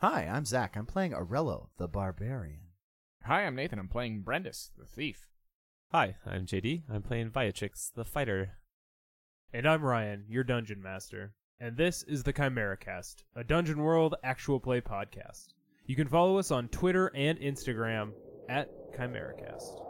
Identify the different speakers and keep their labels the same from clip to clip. Speaker 1: Hi, I'm Zach. I'm playing Arello, the barbarian.
Speaker 2: Hi, I'm Nathan. I'm playing Brendis, the thief.
Speaker 3: Hi, I'm JD. I'm playing Viatrix, the fighter.
Speaker 4: And I'm Ryan, your dungeon master. And this is the Chimera Cast, a Dungeon World actual play podcast. You can follow us on Twitter and Instagram at ChimeraCast.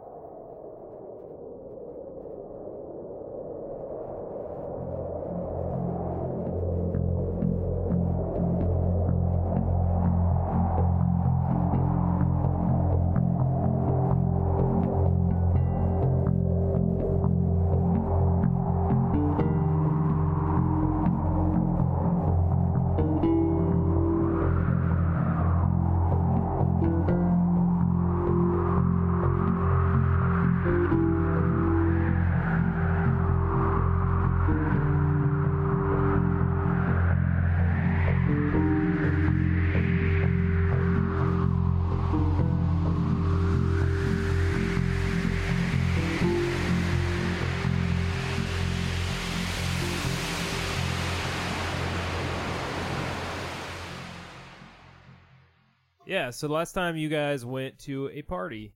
Speaker 4: Yeah, so last time you guys went to a party.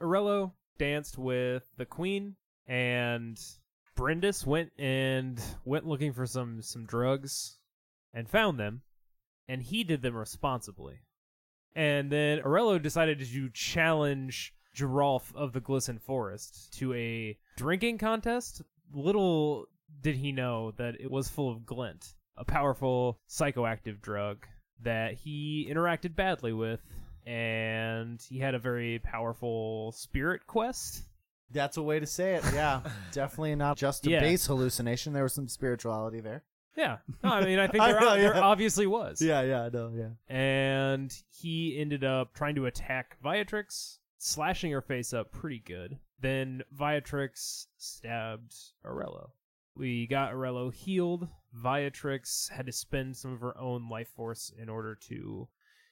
Speaker 4: Arello danced with the queen and Brindis went and went looking for some some drugs and found them and he did them responsibly. And then Arello decided to challenge Giralf of the Glisten Forest to a drinking contest. Little did he know that it was full of glint, a powerful psychoactive drug that he interacted badly with, and he had a very powerful spirit quest.
Speaker 1: That's a way to say it. Yeah, definitely not just a
Speaker 4: Yeah.
Speaker 1: base hallucination. There was some spirituality there.
Speaker 4: Yeah, no, I mean, I think
Speaker 1: I
Speaker 4: there,
Speaker 1: know,
Speaker 4: there
Speaker 1: yeah.
Speaker 4: obviously was.
Speaker 1: yeah, no, yeah.
Speaker 4: and he ended up trying to attack Viatrix, slashing her face up pretty good. Then Viatrix stabbed Arello. We got Arello healed. Viatrix had to spend some of her own life force in order to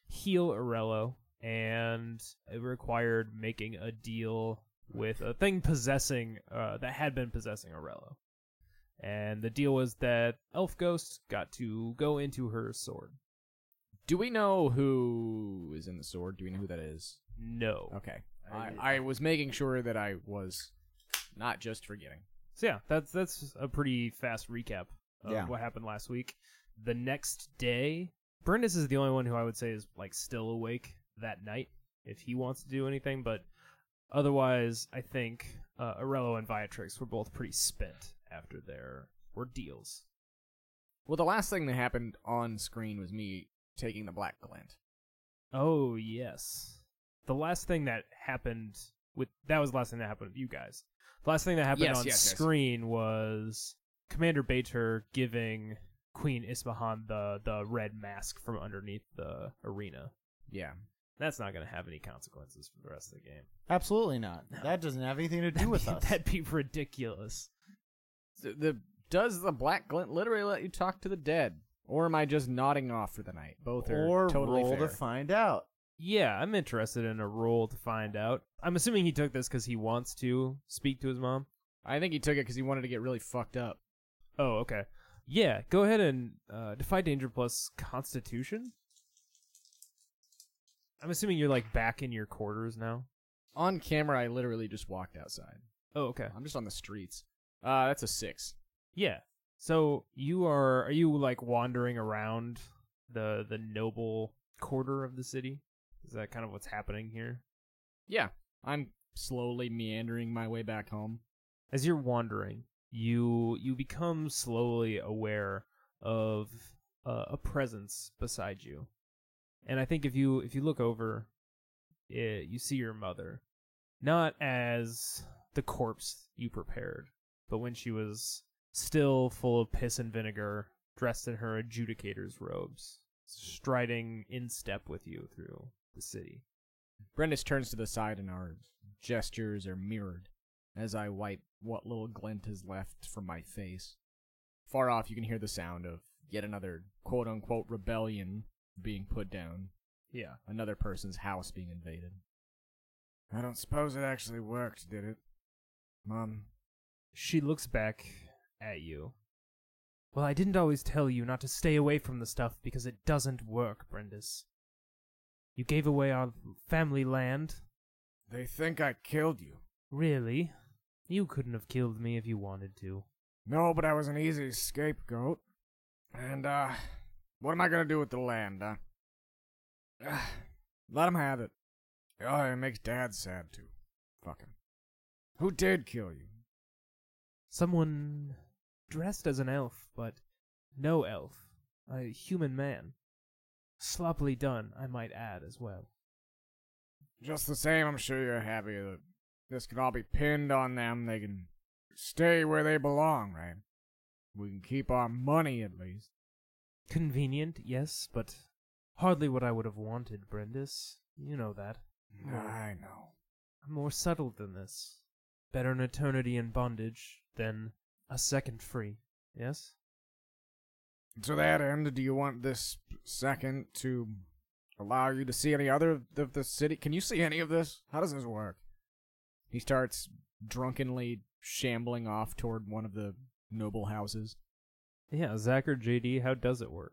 Speaker 4: heal Arello, and it required making a deal with a thing possessing uh, that had been possessing Arello. And the deal was that Elf Ghost got to go into her sword.
Speaker 2: Do we know who is in the sword? Do we know who that is?
Speaker 4: No.
Speaker 2: Okay. I, I was making sure that I was not just forgetting.
Speaker 4: So yeah, that's that's a pretty fast recap of
Speaker 1: Yeah.
Speaker 4: what happened last week. The next day, Brendis is the only one who I would say is like still awake that night if he wants to do anything, but otherwise, I think uh, Arello and Viatrix were both pretty spent after their ordeals.
Speaker 2: Well, the last thing that happened on screen was me taking the black glint.
Speaker 4: Oh yes, the last thing that happened with that was the last thing that happened with you guys. The last thing that happened
Speaker 2: Yes,
Speaker 4: on
Speaker 2: yes, yes.
Speaker 4: screen was Commander Bater giving Queen Isfahan the the red mask from underneath the arena.
Speaker 2: Yeah.
Speaker 4: That's not going to have any consequences for the rest of the game.
Speaker 1: Absolutely not. That doesn't have anything to do with us.
Speaker 4: That'd be ridiculous.
Speaker 2: The, the does the black glint literally let you talk to the dead, or am I just nodding off for the night? Both are
Speaker 1: or
Speaker 2: totally
Speaker 1: roll
Speaker 2: fair.
Speaker 1: to find out.
Speaker 4: Yeah, I'm interested in a roll to find out. I'm assuming he took this because he wants to speak to his mom.
Speaker 2: I think he took it because he wanted to get really fucked up.
Speaker 4: Oh, okay. Yeah, go ahead and uh, defy danger plus Constitution. I'm assuming you're like back in your quarters now.
Speaker 2: On camera, I literally just walked outside.
Speaker 4: Oh, okay.
Speaker 2: I'm just on the streets. Uh, that's a six.
Speaker 4: Yeah. So you are are you like wandering around the the noble quarter of the city? Is that kind of what's happening here?
Speaker 2: Yeah, I'm slowly meandering my way back home.
Speaker 4: as you're wandering, you you become slowly aware of uh, a presence beside you, and I think if you if you look over, eh, you see your mother, not as the corpse you prepared, but when she was still full of piss and vinegar, dressed in her adjudicator's robes, striding in step with you through the city.
Speaker 2: Brendis turns to the side, and our gestures are mirrored as I wipe what little glint is left from my face. Far off, you can hear the sound of yet another quote unquote rebellion being put down,
Speaker 4: Yeah.
Speaker 2: another person's house being invaded. I don't suppose it actually worked, did it? Mom,
Speaker 4: She looks back at you. Well, I didn't always tell you not to stay away from the stuff because it doesn't work, Brendis. You gave away our family land.
Speaker 2: They think I killed you.
Speaker 4: Really? You couldn't have killed me if you wanted to.
Speaker 2: No, but I was an easy scapegoat. And, uh, what am I gonna do with the land, huh? Ugh, Let him have it. Oh, it makes Dad sad, too. Fuck him. Who did kill you?
Speaker 4: Someone dressed as an elf, but no elf. A human man. Sloppily done, I might add as well.
Speaker 2: Just the same, I'm sure you're happy that this can all be pinned on them. They can stay where they belong, right? We can keep our money, at least.
Speaker 4: Convenient, yes, but hardly what I would have wanted, Brendis. You know that.
Speaker 2: I know.
Speaker 4: I'm more subtle than this. Better an eternity in bondage than a second free. Yes?
Speaker 2: To that end, do you want this second to allow you to see any other of the, the city? Can you see any of this? How does this work? He starts drunkenly shambling off toward one of the noble houses.
Speaker 4: Yeah, Zach or JD, how does it work?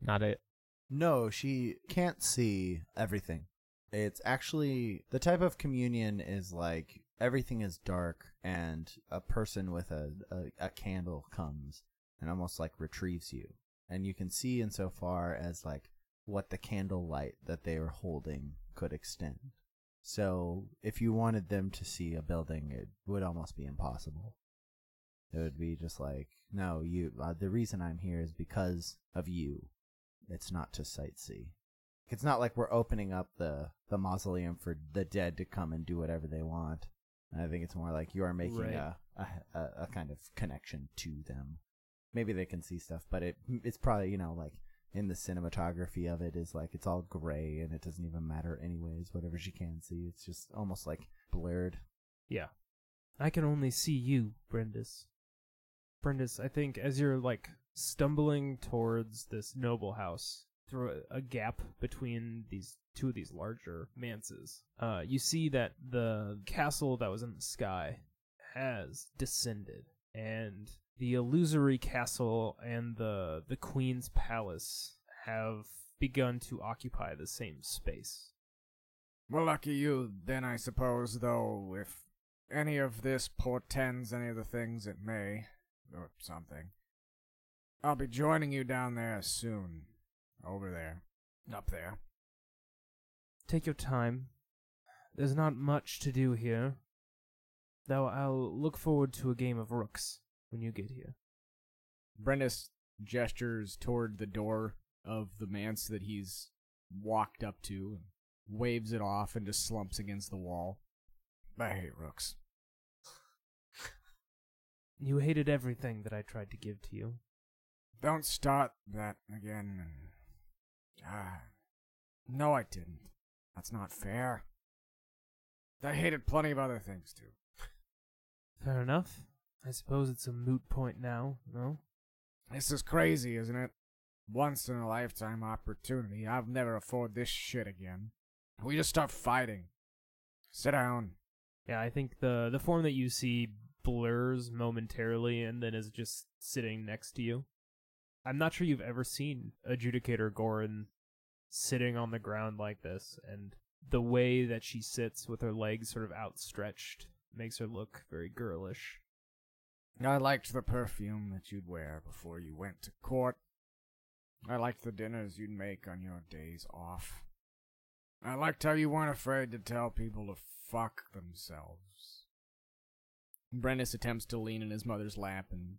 Speaker 3: Not it.
Speaker 1: No, she can't see everything. It's actually the type of communion is like everything is dark, and a person with a, a, a candle comes and almost like retrieves you. And you can see insofar as like what the candlelight that they are holding could extend. So if you wanted them to see a building, it would almost be impossible. It would be just like, no, you. Uh, the reason I'm here is because of you. It's not to sightsee. It's not like we're opening up the the mausoleum for the dead to come and do whatever they want. I think it's more like you are making
Speaker 4: Right.
Speaker 1: a, a a a kind of connection to them. Maybe they can see stuff, but it it's probably you know like in the cinematography of it is like it's all gray and it doesn't even matter anyways. Whatever she can see, it's just almost like blurred.
Speaker 4: Yeah. I can only see you, Brendis. Brendis, I think as you're like stumbling towards this noble house through a, a gap between these two of these larger manses, uh, you see that the castle that was in the sky has descended, and the illusory castle and the the queen's palace have begun to occupy the same space.
Speaker 2: Well, lucky you, then, I suppose, though, if any of this portends any of the things it may, or something. I'll be joining you down there soon. Over there. Up there.
Speaker 4: Take your time. There's not much to do here. Though I'll look forward to a game of rooks when you get here.
Speaker 2: Brendis gestures toward the door of the manse that he's walked up to and waves it off and just slumps against the wall. I hate rooks.
Speaker 4: You hated everything that I tried to give to you.
Speaker 2: Don't start that again. Ah, no, I didn't. That's not fair. I hated plenty of other things too.
Speaker 4: Fair enough. I suppose it's a moot point now, no?
Speaker 2: This is crazy, isn't it? Once in a lifetime opportunity. I've never afford this shit again. We just start fighting. Sit down.
Speaker 4: Yeah, I think the the form that you see blurs momentarily and then is just sitting next to you. I'm not sure you've ever seen Adjudicator Gorin sitting on the ground like this, and the way that she sits with her legs sort of outstretched makes her look very girlish.
Speaker 2: I liked the perfume that you'd wear before you went to court. I liked the dinners you'd make on your days off. I liked how you weren't afraid to tell people to fuck themselves. Brennus attempts to lean in his mother's lap and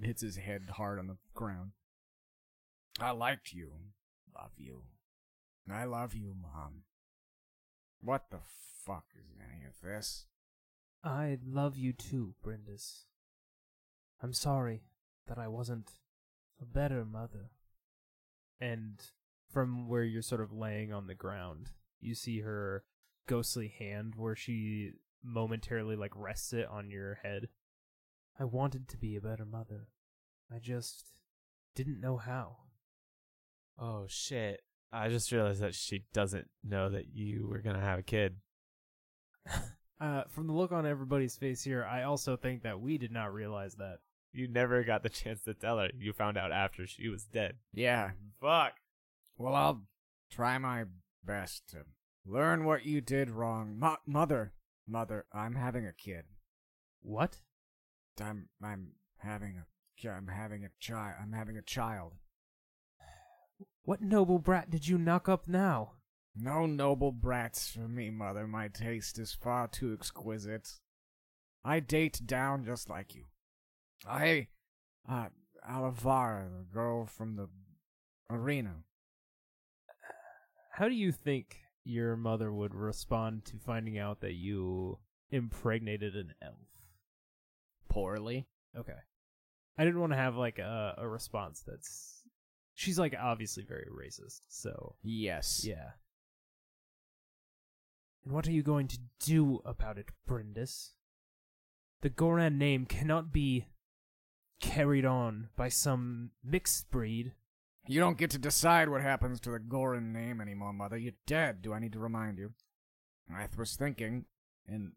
Speaker 2: hits his head hard on the ground. I liked you. Love you. I love you, Mom. What the fuck is any of this?
Speaker 4: I love you too, Brindis. I'm sorry that I wasn't a better mother. And from where you're sort of laying on the ground, you see her ghostly hand where she momentarily like rests it on your head. I wanted to be a better mother. I just didn't know how.
Speaker 3: Oh shit! I just realized that she doesn't know that you were gonna have a kid.
Speaker 4: Uh, from the look on everybody's face here, I also think that we did not realize that.
Speaker 3: You never got the chance to tell her. You found out after she was dead.
Speaker 2: Yeah,
Speaker 3: Fuck.
Speaker 2: Well, I'll try my best to learn what you did wrong. Mo- mother, mother, I'm having a kid.
Speaker 4: What?
Speaker 2: I'm I'm having a ki- I'm having a child. I'm having a child.
Speaker 4: What noble brat did you knock up now?
Speaker 2: No noble brats for me, mother. My taste is far too exquisite. I date down just like you. I, uh, Alivara, the girl from the arena.
Speaker 4: How do you think your mother would respond to finding out that you impregnated an elf?
Speaker 2: Poorly.
Speaker 4: Okay. I didn't want to have like a, a response that's she's like obviously very racist. So
Speaker 2: Yes.
Speaker 4: yeah. And what are you going to do about it, Brindis? The Goran name cannot be carried on by some mixed breed.
Speaker 2: You don't get to decide what happens to the Gorin name anymore, mother. You're dead. Do I need to remind you? I was thinking, and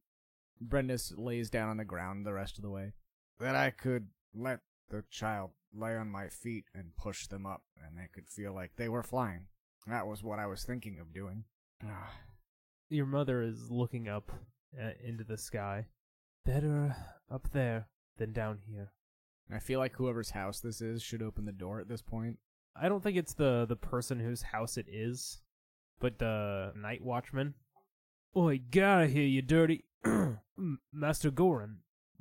Speaker 2: Brendis lays down on the ground the rest of the way, that I could let the child lay on my feet and push them up, and they could feel like they were flying. That was what I was thinking of doing. Ah,
Speaker 4: Your mother is looking up uh, into the sky. Better up there than down here.
Speaker 2: I feel like whoever's house this is should open the door at this point.
Speaker 4: I don't think it's the the person whose house it is, but the night watchman. Oi, get out of here, you dirty M- Master Goran.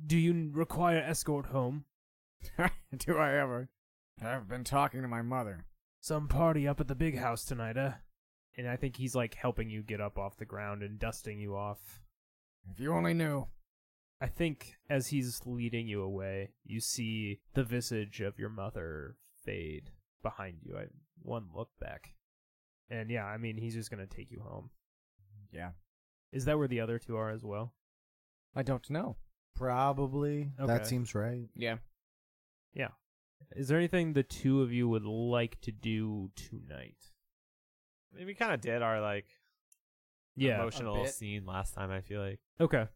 Speaker 4: Do you require escort home?
Speaker 2: Do I ever? I've been talking to my mother.
Speaker 4: Some party up at the big house tonight, eh? And I think he's like helping you get up off the ground and dusting you off.
Speaker 2: If you only knew.
Speaker 4: I think as he's leading you away, you see the visage of your mother fade behind you. I one look back. And yeah, I mean he's just gonna take you home.
Speaker 2: Yeah.
Speaker 4: Is that where the other two are as well?
Speaker 2: I don't know.
Speaker 5: Probably.
Speaker 4: Okay.
Speaker 5: That seems right.
Speaker 2: Yeah.
Speaker 4: Yeah. Is there anything the two of you would like to do tonight?
Speaker 6: I mean, we kind of did our like
Speaker 4: Yeah.
Speaker 6: emotional
Speaker 2: bit.
Speaker 6: scene last time. I feel like
Speaker 4: Okay.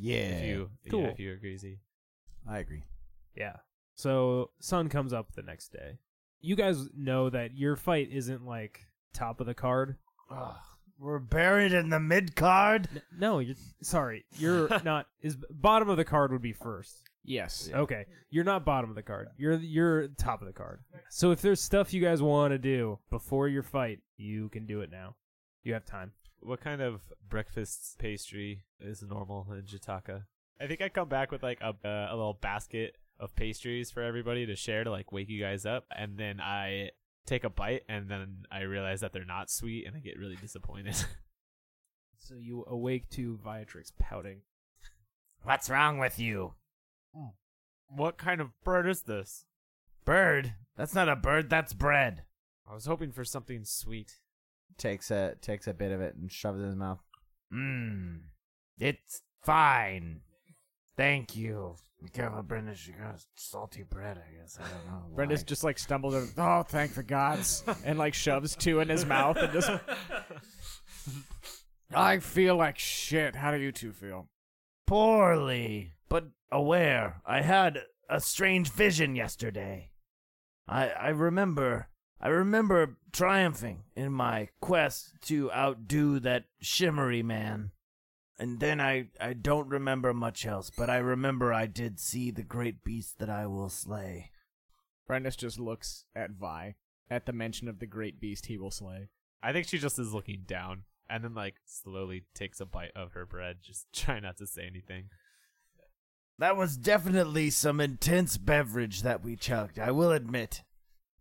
Speaker 5: Yeah.
Speaker 6: if you
Speaker 4: Cool.
Speaker 6: yeah, if you agree, Z.
Speaker 5: I agree.
Speaker 4: Yeah. So sun comes up the next day. You guys know that your fight isn't like top of the card.
Speaker 5: we're buried in the mid card.
Speaker 4: N- No, you're sorry. You're not is bottom of the card would be first.
Speaker 2: Yes.
Speaker 4: Okay. You're not bottom of the card. You're you're top of the card. So if there's stuff you guys want to do before your fight, you can do it now. You have time.
Speaker 6: What kind of breakfast pastry is normal in Jataka? I think I come back with like a uh, a little basket of pastries for everybody to share to like wake you guys up, and then I take a bite, and then I realize that they're not sweet, and I get really disappointed.
Speaker 4: So you awake to Viatrix pouting.
Speaker 2: What's wrong with you?
Speaker 6: Hmm. what kind of bird is this?
Speaker 2: Bird? That's not a bird, that's bread.
Speaker 6: I was hoping for something sweet.
Speaker 5: Takes a takes a bit of it and shoves it in his mouth.
Speaker 2: Mmm. It's fine. Thank you. Careful, Brenda. She got salty bread, I guess. I don't know.
Speaker 4: Brenda's
Speaker 2: why.
Speaker 4: just like stumbled over
Speaker 2: Oh, thank the gods.
Speaker 4: and like shoves two in his mouth and just
Speaker 2: I feel like shit. How do you two feel?
Speaker 1: poorly, but aware. I had a strange vision yesterday. I I remember I remember triumphing in my quest to outdo that shimmery man. And then I, I don't remember much else, but I remember I did see the great beast that I will slay.
Speaker 2: Brenda's just looks at Vi at the mention of the great beast he will slay.
Speaker 6: I think she just is looking down and then like slowly takes a bite of her bread, just trying not to say anything.
Speaker 1: That was definitely some intense beverage that we chugged, I will admit.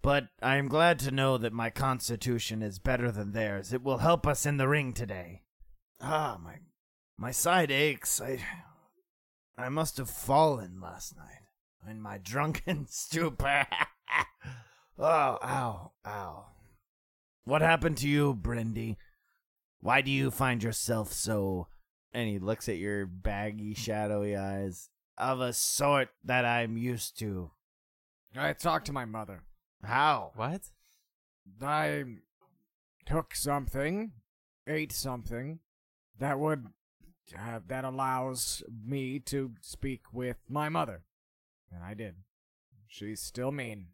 Speaker 1: But I am glad to know that my constitution is better than theirs. It will help us in the ring today. Ah, my my side aches. I I must have fallen last night in my drunken stupor. oh, ow, ow. What happened to you, Brindy? Why do you find yourself so
Speaker 5: And he looks at your baggy, shadowy eyes.
Speaker 1: of a sort that I'm used to?
Speaker 2: I talked to my mother.
Speaker 1: How?
Speaker 6: What?
Speaker 2: I took something, ate something that would uh, that allows me to speak with my mother, and I did. She's still mean.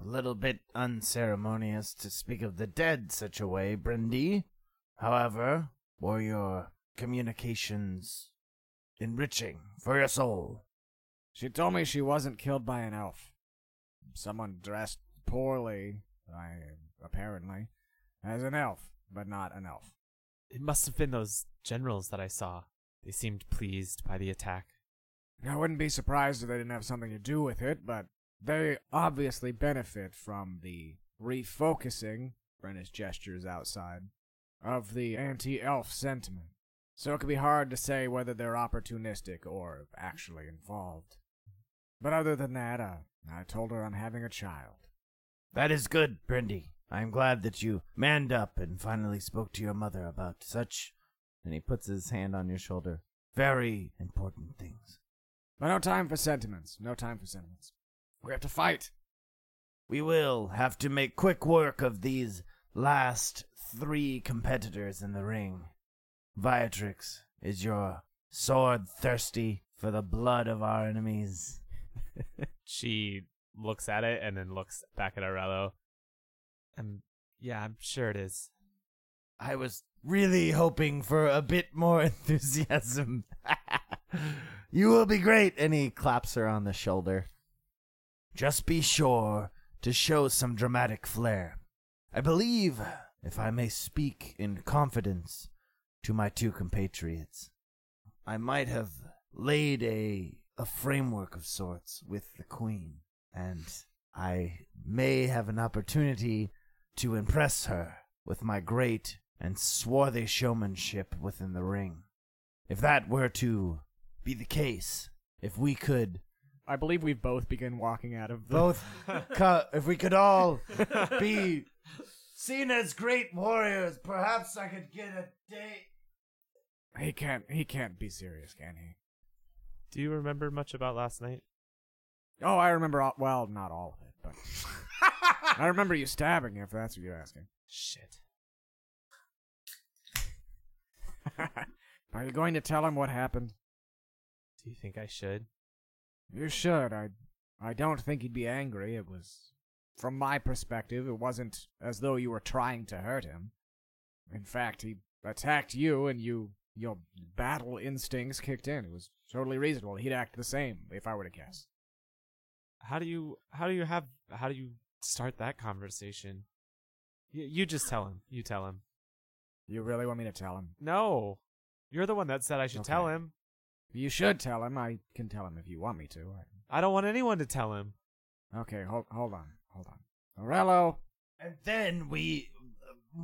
Speaker 1: A little bit unceremonious to speak of the dead such a way, Brindy. However, were your communications enriching for your soul?
Speaker 2: She told me she wasn't killed by an elf. Someone dressed poorly, I apparently, as an elf, but not an elf.
Speaker 4: It must have been those generals that I saw. They seemed pleased by the attack.
Speaker 2: I wouldn't be surprised if they didn't have something to do with it, but they obviously benefit from the refocusing, Brenna's gestures outside, of the anti elf sentiment. So it could be hard to say whether they're opportunistic or actually involved. But other than that, uh, I told her I'm having a child.
Speaker 1: That is good, Brindy. I am glad that you manned up and finally spoke to your mother about such
Speaker 7: And he puts his hand on your shoulder.
Speaker 1: very important things.
Speaker 2: But no time for sentiments. No time for sentiments. We have to fight.
Speaker 1: We will have to make quick work of these last three competitors in the ring. Viatrix, is your sword thirsty for the blood of our enemies?
Speaker 4: She looks at it and then looks back at Arello. Um, yeah, I'm sure it is.
Speaker 1: I was really hoping for a bit more enthusiasm.
Speaker 7: You will be great, and he claps her on the shoulder.
Speaker 1: Just be sure to show some dramatic flair. I believe, if I may speak in confidence to my two compatriots, I might have laid a, a framework of sorts with the Queen, and I may have an opportunity to impress her with my great and swarthy showmanship within the ring. If that were to be the case, if we could
Speaker 2: I believe we both begin walking out of the.
Speaker 1: both co- if we could all be seen as great warriors perhaps i could get a date
Speaker 2: He can't. He can't be serious, can he?
Speaker 4: Do you remember much about last night?
Speaker 2: Oh, I remember. All, well, not all of it, but I remember you stabbing. If that's what you're asking.
Speaker 4: Shit.
Speaker 2: Are you going to tell him what happened?
Speaker 4: Do you think I should?
Speaker 2: You should. I. I don't think he'd be angry. It was, from my perspective, it wasn't as though you were trying to hurt him. In fact, he attacked you, and you your battle instincts kicked in. It was totally reasonable. He'd act the same if I were to guess.
Speaker 4: How do you how do you have how do you start that conversation? Y- you just tell him. You tell him.
Speaker 2: You really want me to tell him?
Speaker 4: No. You're the one that said I should tell
Speaker 2: Okay.
Speaker 4: him.
Speaker 2: You should tell him. I can tell him if you want me to.
Speaker 4: I don't want anyone to tell
Speaker 2: I-
Speaker 4: him.
Speaker 2: Okay, hold hold on, hold on. Morello,
Speaker 1: and then we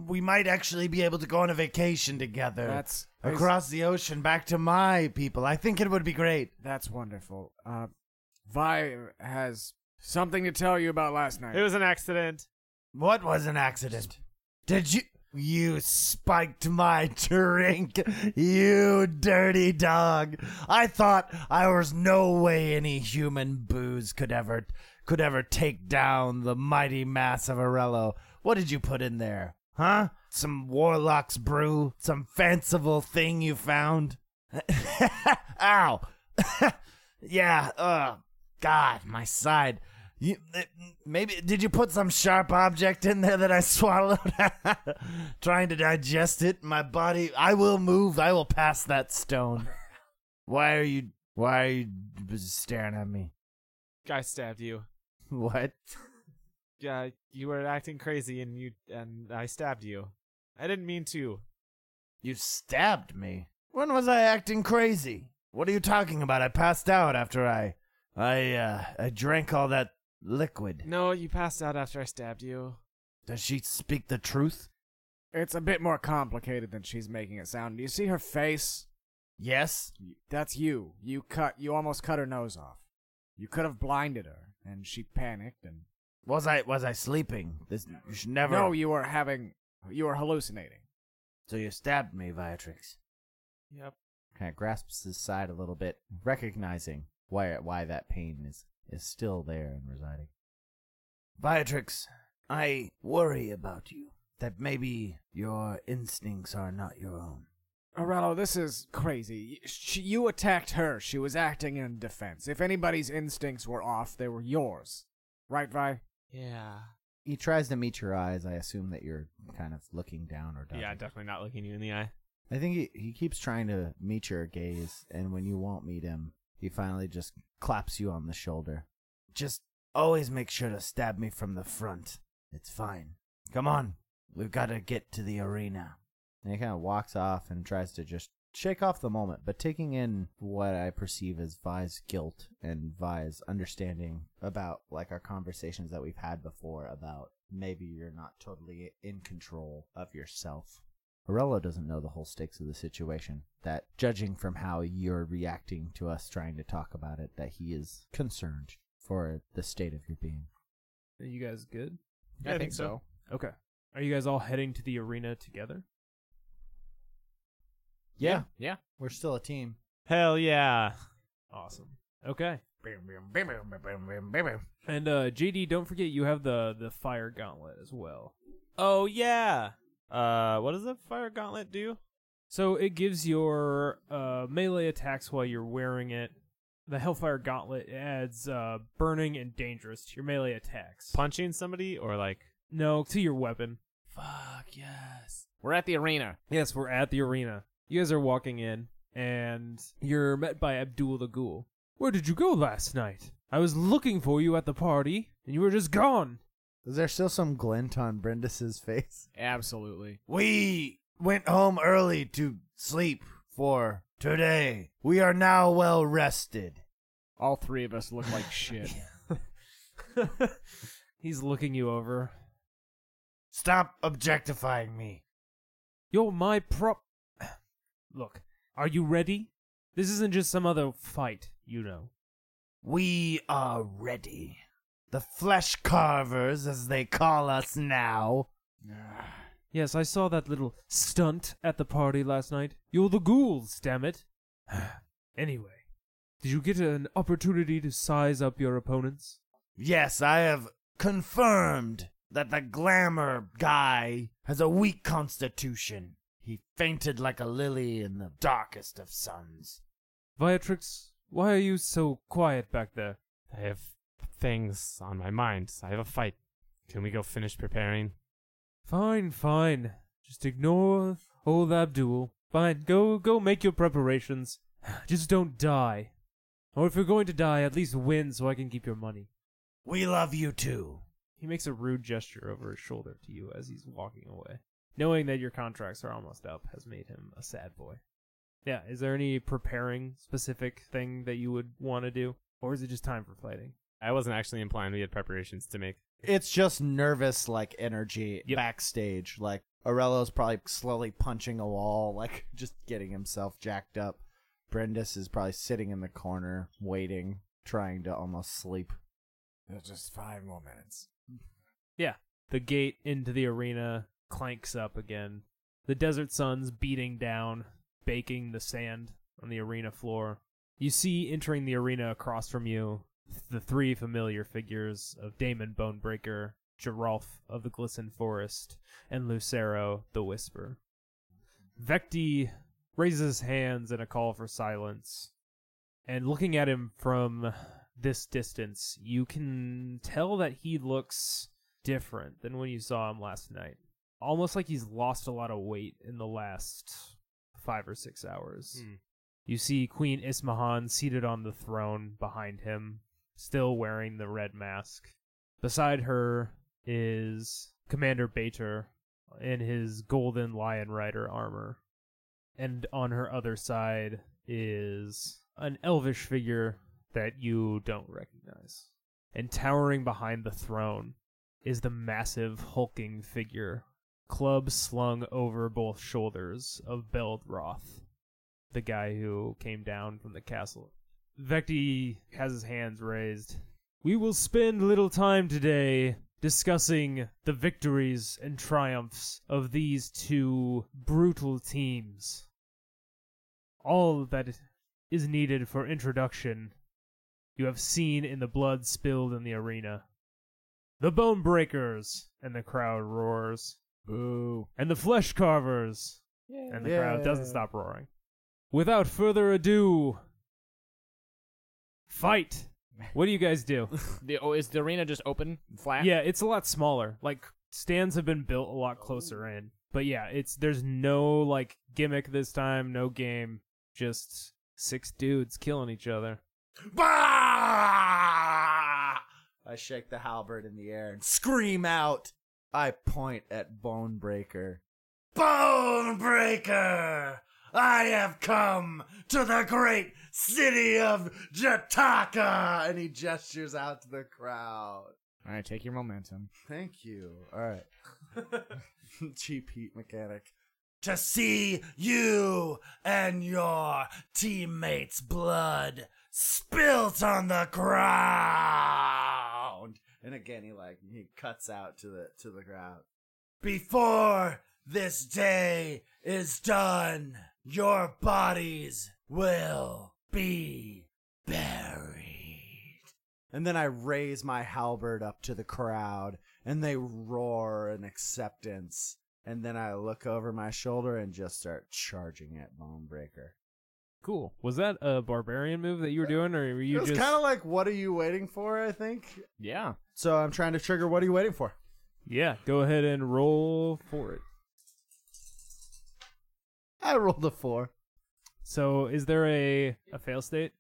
Speaker 1: we might actually be able to go on a vacation together
Speaker 2: that's
Speaker 1: across the ocean back to my people i think it would be great
Speaker 2: That's wonderful. Uh, Vi has something to tell you about last night.
Speaker 4: It was an accident.
Speaker 1: what was an accident did you you spiked my drink, you dirty dog. I thought I was no way any human booze could ever could ever take down the mighty mass of Arello. What did you put in there? Huh? Some warlock's brew? Some fanciful thing you found? Ow. yeah, uh God, my side. You, it, maybe did you put some sharp object in there that I swallowed? Trying to digest it, my body. I will move. I will pass that stone. Why are you? Why are you staring at me?
Speaker 4: Guy stabbed you.
Speaker 1: What?
Speaker 4: Yeah, you were acting crazy and you and I stabbed you. I didn't mean to.
Speaker 1: You stabbed me. When was I acting crazy? What are you talking about? I passed out after I, I, uh, I drank all that liquid.
Speaker 4: No, you passed out after I stabbed you.
Speaker 1: Does she speak the truth?
Speaker 2: it's a bit more complicated than she's making it sound. Do you see her face?
Speaker 1: Yes.
Speaker 2: That's you. You cut. You almost cut her nose off. You could have blinded her, and she panicked. And
Speaker 1: Was I? Was I sleeping? This you should never.
Speaker 2: no, you were having. You were hallucinating.
Speaker 1: So you stabbed me, Viatrix.
Speaker 4: Yep.
Speaker 7: Kind of grasps his side a little bit, recognizing why why that pain is is still there and residing.
Speaker 1: Viatrix, I worry about you. That maybe your instincts are not your own.
Speaker 2: Arello, this is crazy. She, you attacked her. She was acting in defense. If anybody's instincts were off, they were yours. Right, Vi?
Speaker 3: Yeah.
Speaker 1: He tries to meet your eyes. I assume that you're kind of looking down or down.
Speaker 3: Yeah, definitely not looking you in the eye.
Speaker 1: I think he, he keeps trying to meet your gaze, and when you won't meet him, he finally just claps you on the shoulder.
Speaker 8: Just always make sure to stab me from the front. It's fine. Come on. We've got to get to the arena.
Speaker 1: And he kind of walks off and tries to just shake off the moment, but taking in what I perceive as Vi's guilt and Vi's understanding about like our conversations that we've had before about maybe you're not totally in control of yourself. Arello doesn't know the whole stakes of the situation. That judging from how you're reacting to us trying to talk about it, that he is concerned for the state of your being.
Speaker 4: Are you guys good?
Speaker 3: Yeah, I think so.
Speaker 4: Okay. Are you guys all heading to the arena together?
Speaker 1: Yeah,
Speaker 2: Yeah.
Speaker 1: we're still a team.
Speaker 3: Hell yeah.
Speaker 4: Awesome. Okay. And uh JD, don't forget you have the the fire gauntlet as well.
Speaker 3: Oh yeah. Uh, what does the fire gauntlet do?
Speaker 4: So it gives your uh, melee attacks while you're wearing it. The Hellfire Gauntlet adds uh, burning and dangerous to your melee attacks.
Speaker 3: Punching somebody or like?
Speaker 4: no, to your weapon.
Speaker 3: Fuck yes.
Speaker 2: We're at the arena.
Speaker 4: Yes, we're at the arena. You guys are walking in, and you're met by Abdul the Ghoul. Where did you go last night? I was looking for you at the party, and you were just gone.
Speaker 1: Is there still some glint on Brendis's face?
Speaker 2: Absolutely.
Speaker 8: We went home early to sleep for today. We are now well rested.
Speaker 2: All three of us look like shit.
Speaker 4: He's looking you over.
Speaker 8: Stop objectifying me.
Speaker 4: You're my prop. Look, are you ready? This isn't just some other fight, you know.
Speaker 8: We are ready. The flesh carvers, as they call us now.
Speaker 4: Yes, I saw that little stunt at the party last night. You're the ghouls, damn it. anyway, did you get an opportunity to size up your opponents?
Speaker 8: Yes, I have confirmed that the glamour guy has a weak constitution. He fainted like a lily in the darkest of suns.
Speaker 4: Viatrix, why are you so quiet back there?
Speaker 3: I have things on my mind. I have a fight. Can we go finish preparing?
Speaker 4: Fine, fine. Just ignore old Abdul. Fine, go go make your preparations. Just don't die. Or if you're going to die, at least win so I can keep your money.
Speaker 8: We love you too.
Speaker 4: He makes a rude gesture over his shoulder to you as he's walking away. Knowing that your contracts are almost up has made him a sad boy. Yeah, is there any preparing specific thing that you would want to do? Or is it just time for fighting?
Speaker 3: I wasn't actually implying we had preparations to make.
Speaker 1: it's just nervous like energy
Speaker 4: Yep.
Speaker 1: backstage like Aurello's probably slowly punching a wall like just getting himself jacked up brendis is probably sitting in the corner waiting trying to almost sleep
Speaker 2: Just five more minutes.
Speaker 4: Yeah. The gate into the arena clanks up again. The desert sun's beating down, baking the sand on the arena floor. You see entering the arena across from you the three familiar figures of Damon Bonebreaker, Giralf of the Glisten Forest, and Lucero the Whisper. Vecti raises his hands in a call for silence and looking at him from this distance, you can tell that he looks different than when you saw him last night. Almost like he's lost a lot of weight in the last five or six hours.
Speaker 3: Hmm.
Speaker 4: You see Queen Ismahan seated on the throne behind him, still wearing the red mask. Beside her is Commander Bater in his golden lion rider armor and on her other side is an elvish figure that you don't recognize. And towering behind the throne is the massive hulking figure, club slung over both shoulders of Beldroth, the guy who came down from the castle. Vecti has his hands raised. We will spend little time today discussing the victories and triumphs of these two brutal teams all that is needed for introduction you have seen in the blood spilled in the arena. The bone breakers, and the crowd roars.
Speaker 2: Boo.
Speaker 4: And the flesh carvers, and the crowd doesn't stop roaring. Without further ado, fight! What do you guys do?
Speaker 2: The, oh, is the arena just open, flat?
Speaker 4: yeah, it's a lot smaller. Like stands have been built a lot closer in. But yeah, it's there's no like gimmick this time, no game, just six dudes killing each other.
Speaker 1: I shake the halberd in the air and scream out. I point at Bonebreaker.
Speaker 8: Bonebreaker! I have come to the great city of Jataka!
Speaker 1: And he gestures out to the crowd.
Speaker 2: All right, take your momentum.
Speaker 1: Thank you. All right. Cheap heat mechanic.
Speaker 8: To see you and your teammates' blood spilt on the ground
Speaker 1: And again, he like he cuts out to the to the crowd.
Speaker 8: before this day is done. Your bodies will be buried.
Speaker 1: And then I raise my halberd up to the crowd, and they roar in acceptance. And then I look over my shoulder and just start charging at Bonebreaker.
Speaker 4: Cool. Was that a barbarian move that you were doing, or were you
Speaker 1: it was
Speaker 4: just
Speaker 1: kind of like, "What are you waiting for?" I think.
Speaker 2: Yeah.
Speaker 1: So I'm trying to trigger. What are you waiting for?
Speaker 4: yeah? Go ahead and roll for it.
Speaker 1: I rolled a four.
Speaker 4: So is there a a fail state?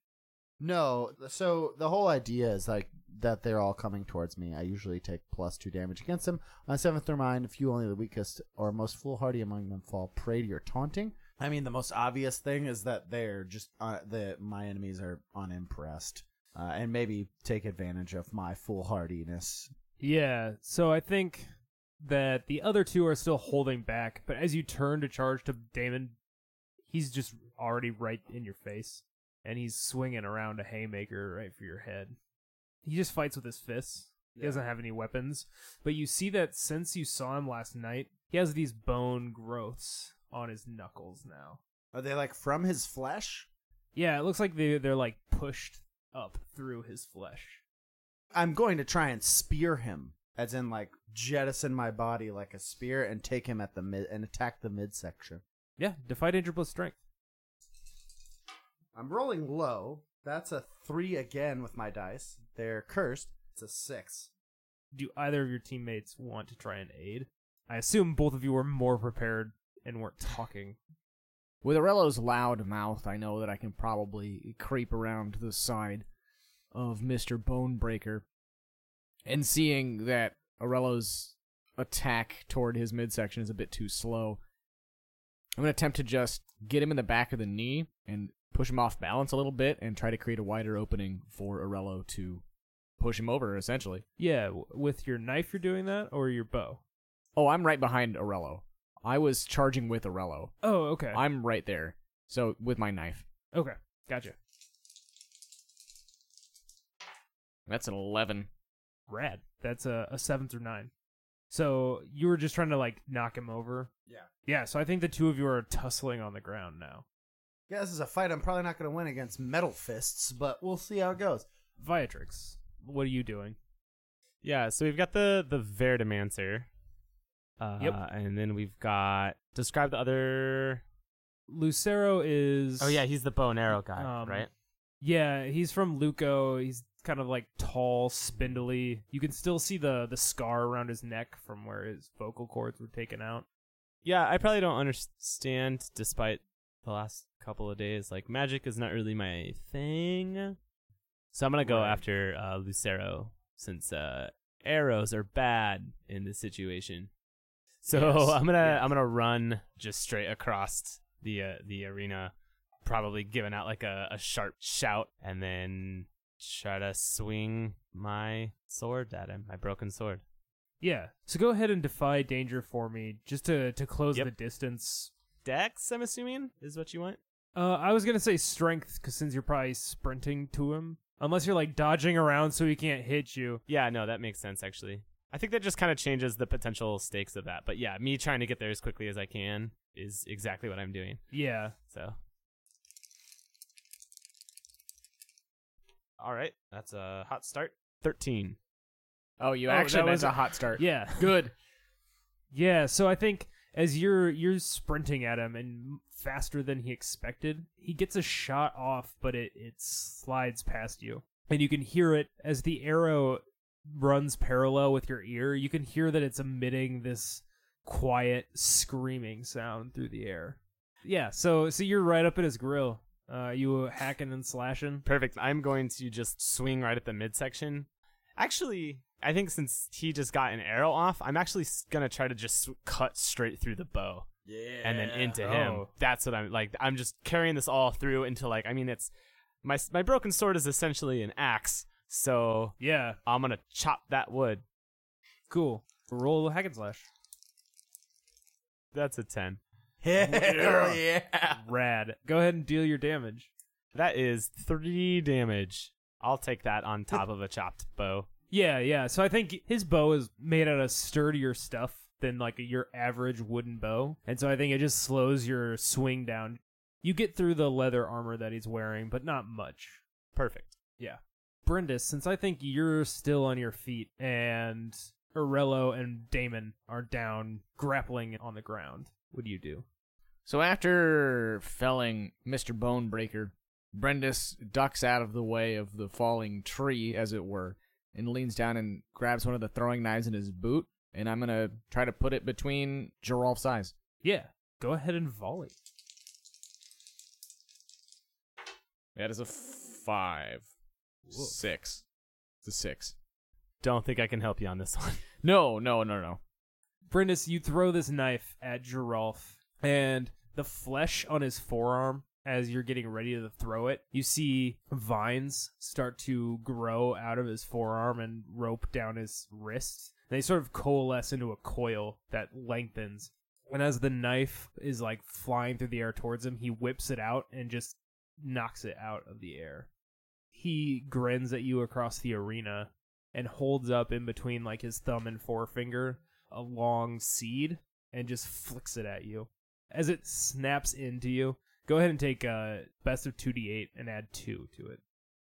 Speaker 1: No, so the whole idea is like that they're all coming towards me. I usually take plus two damage against them. On seventh or mine, if you only the weakest or most foolhardy among them fall prey to your taunting. I mean, the most obvious thing is that they're just uh, that my enemies are unimpressed uh, and maybe take advantage of my foolhardiness.
Speaker 4: Yeah, so I think that the other two are still holding back, but as you turn to charge to Damon, he's just already right in your face, and he's swinging around a haymaker right for your head. He just fights with his fists. He doesn't have any weapons, but you see that since you saw him last night, he has these bone growths on his knuckles now.
Speaker 1: Are they like from his flesh?
Speaker 4: Yeah, it looks like they they're like pushed up through his flesh.
Speaker 1: I'm going to try and spear him, as in like jettison my body like a spear and take him at the mid and attack the midsection.
Speaker 4: Yeah, defy danger plus strength.
Speaker 1: I'm rolling low. That's a three again with my dice. They're cursed. It's a six.
Speaker 4: do either of your teammates want to try and aid? I assume both of you were more prepared and weren't talking.
Speaker 2: With Arello's loud mouth, I know that I can probably creep around to the side of Mr. Bonebreaker. And seeing that Arello's attack toward his midsection is a bit too slow, I'm going to attempt to just get him in the back of the knee and push him off balance a little bit and try to create a wider opening for Arello to push him over, essentially.
Speaker 4: Yeah, w- with your knife you're doing that or your bow?
Speaker 2: Oh, I'm right behind Arello. I was charging with Arello.
Speaker 4: Oh, okay.
Speaker 2: I'm right there. So, with my knife.
Speaker 4: okay, gotcha.
Speaker 2: That's an 11.
Speaker 4: Rad. That's a, a seven through nine. So you were just trying to like knock him over.
Speaker 1: Yeah.
Speaker 4: Yeah. So I think the two of you are tussling on the ground now
Speaker 1: Yeah, this is a fight I'm probably not going to win against Metal Fists, but we'll see how it goes.
Speaker 4: Viatrix, what are you doing?
Speaker 3: Yeah, so we've got the the Vertimancer. Uh,
Speaker 4: Yep.
Speaker 3: And then we've got describe the other.
Speaker 4: Lucero is.
Speaker 3: Oh yeah, he's the bow and arrow guy,
Speaker 4: Um,
Speaker 3: right?
Speaker 4: Yeah, he's from Luco. He's kind of like tall, spindly. You can still see the the scar around his neck from where his vocal cords were taken out.
Speaker 3: Yeah, I probably don't understand, despite the last couple of days. Like magic is not really my thing, so I'm gonna go
Speaker 4: Right.
Speaker 3: after uh, Lucero since uh, arrows are bad in this situation. So
Speaker 4: Yes,
Speaker 3: I'm gonna
Speaker 4: yes.
Speaker 3: I'm gonna run just straight across the uh, the arena, probably giving out like a, a sharp shout, and then try to swing my sword at him, my broken sword.
Speaker 4: Yeah. So go ahead and defy danger for me, just to to close
Speaker 3: Yep.
Speaker 4: the distance.
Speaker 3: Dex, I'm assuming, is what you want.
Speaker 4: Uh, I was gonna say strength, because since you're probably sprinting to him, unless you're like dodging around so he can't hit you.
Speaker 3: Yeah, no, that makes sense actually. I think that just kind of changes the potential stakes of that. But yeah, me trying to get there as quickly as I can is exactly what I'm doing.
Speaker 4: Yeah.
Speaker 3: So. All right, that's a hot start. 13.
Speaker 2: Oh, you
Speaker 4: Oh,
Speaker 2: actually
Speaker 4: that
Speaker 2: that's
Speaker 4: was-
Speaker 2: a hot start.
Speaker 4: Yeah.
Speaker 2: Good.
Speaker 4: Yeah, so I think as you're you're sprinting at him and faster than he expected, he gets a shot off, but it it slides past you. and you can hear it as the arrow runs parallel with your ear. You can hear that it's emitting this quiet screaming sound through the air. Yeah, so so you're right up at his grill. Uh, you hacking and slashing.
Speaker 3: Perfect. I'm going to just swing right at the midsection. Actually, I think since he just got an arrow off, I'm actually s- gonna try to just sw- cut straight through the bow. Yeah. And then into him.
Speaker 4: Oh.
Speaker 3: That's what I'm like. I'm just carrying this all through until like I mean it's my s- my broken sword is essentially an axe. So
Speaker 4: Yeah,
Speaker 3: I'm gonna chop that wood.
Speaker 4: cool. Roll hack and slash.
Speaker 3: That's a ten.
Speaker 8: Hell yeah.
Speaker 4: Rad. Go ahead and deal your damage.
Speaker 3: That is three damage. I'll take that on top of a chopped bow.
Speaker 4: Yeah, yeah. So I think his bow is made out of sturdier stuff than like your average wooden bow. And so I think it just slows your swing down. You get through the leather armor that he's wearing, but not much.
Speaker 3: Perfect.
Speaker 4: Yeah. Brindis, since I think you're still on your feet and Arello and Damon are down grappling on the ground, what do you do?
Speaker 2: So after felling Mr. Bonebreaker, Brendis ducks out of the way of the falling tree, as it were, and leans down and grabs one of the throwing knives in his boot, and I'm gonna try to put it between Giralf's eyes.
Speaker 4: Yeah. Go ahead and volley.
Speaker 2: That is a five. Six. It's a six.
Speaker 3: Don't think I can help you on this one.
Speaker 2: No, no, no, no.
Speaker 4: Brindis, you throw this knife at Giralf, and the flesh on his forearm, as you're getting ready to throw it, you see vines start to grow out of his forearm and rope down his wrist. They sort of coalesce into a coil that lengthens. And as the knife is like flying through the air towards him, he whips it out and just knocks it out of the air. He grins at you across the arena and holds up in between like his thumb and forefinger a long seed and just flicks it at you. As it snaps into you, go ahead and take uh, best of 2d8 and add 2 to it.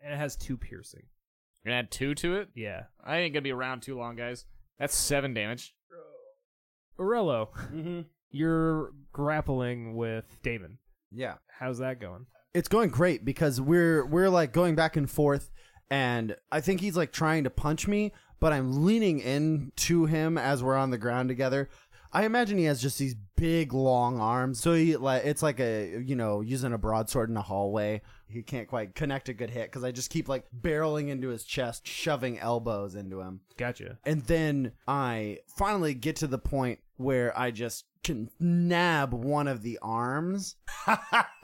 Speaker 4: And it has 2 piercing.
Speaker 2: You're gonna add two to it?
Speaker 4: Yeah.
Speaker 2: I ain't gonna be around too long, guys. That's seven damage.
Speaker 4: Urello,
Speaker 1: Mm-hmm.
Speaker 4: you're grappling with Damon.
Speaker 1: Yeah.
Speaker 4: How's that going?
Speaker 1: it's going great because we're we're like going back and forth and I think he's like trying to punch me, but I'm leaning in to him as we're on the ground together. I imagine he has just these big long arms. So he like it's like a you know, using a broadsword in a hallway. He can't quite connect a good hit cuz I just keep like barreling into his chest, shoving elbows into him.
Speaker 4: Gotcha.
Speaker 1: And then I finally get to the point where I just can nab one of the arms.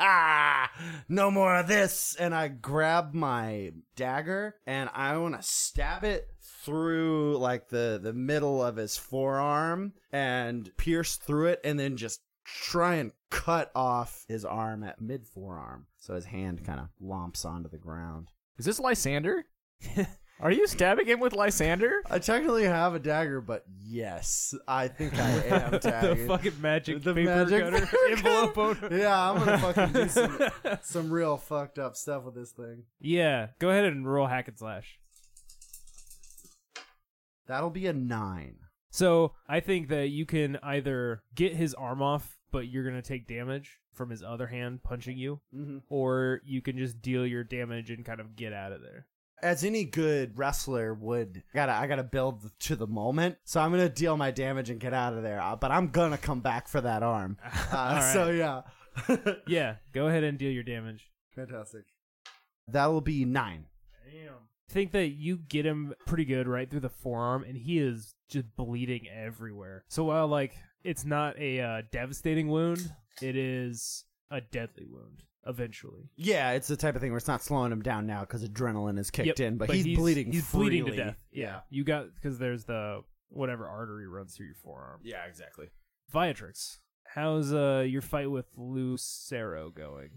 Speaker 1: no more of this. And I grab my dagger and I want to stab it through like the the middle of his forearm and pierce through it and then just try and cut off his arm at mid forearm. So his hand kind of lomps onto the ground.
Speaker 2: Is this Lysander? Are you stabbing him with Lysander?
Speaker 1: I technically have a dagger, but yes, I think I am
Speaker 4: the
Speaker 1: daggered.
Speaker 4: fucking magic
Speaker 1: The
Speaker 4: paper
Speaker 1: magic
Speaker 4: cutter
Speaker 1: paper
Speaker 4: envelope opener.
Speaker 1: Yeah, I'm gonna fucking do some, some real fucked up stuff with this thing.
Speaker 4: Yeah, go ahead and roll hack and slash.
Speaker 1: That'll be a nine.
Speaker 4: So I think that you can either get his arm off, but you're gonna take damage from his other hand punching you,
Speaker 1: Mm-hmm.
Speaker 4: or you can just deal your damage and kind of get out of there.
Speaker 1: As any good wrestler would, gotta I gotta build to the moment. So I'm gonna deal my damage and get out of there. Uh, But I'm gonna come back for that arm. Uh, So yeah,
Speaker 4: Yeah, go ahead and deal your damage.
Speaker 1: fantastic. That'll be nine.
Speaker 4: I think that you get him pretty good right through the forearm, and he is just bleeding everywhere. So while like it's not a uh, devastating wound, it is a deadly wound eventually.
Speaker 1: Yeah, it's the type of thing where it's not slowing him down now because adrenaline is kicked
Speaker 4: Yep,
Speaker 1: in, but, he's, bleeding.
Speaker 4: He's bleeding to
Speaker 1: freely.
Speaker 4: death. Yeah, you got because there's the whatever artery runs through your forearm.
Speaker 8: Yeah, exactly.
Speaker 4: Viatrix, how's uh your fight with Lucero going?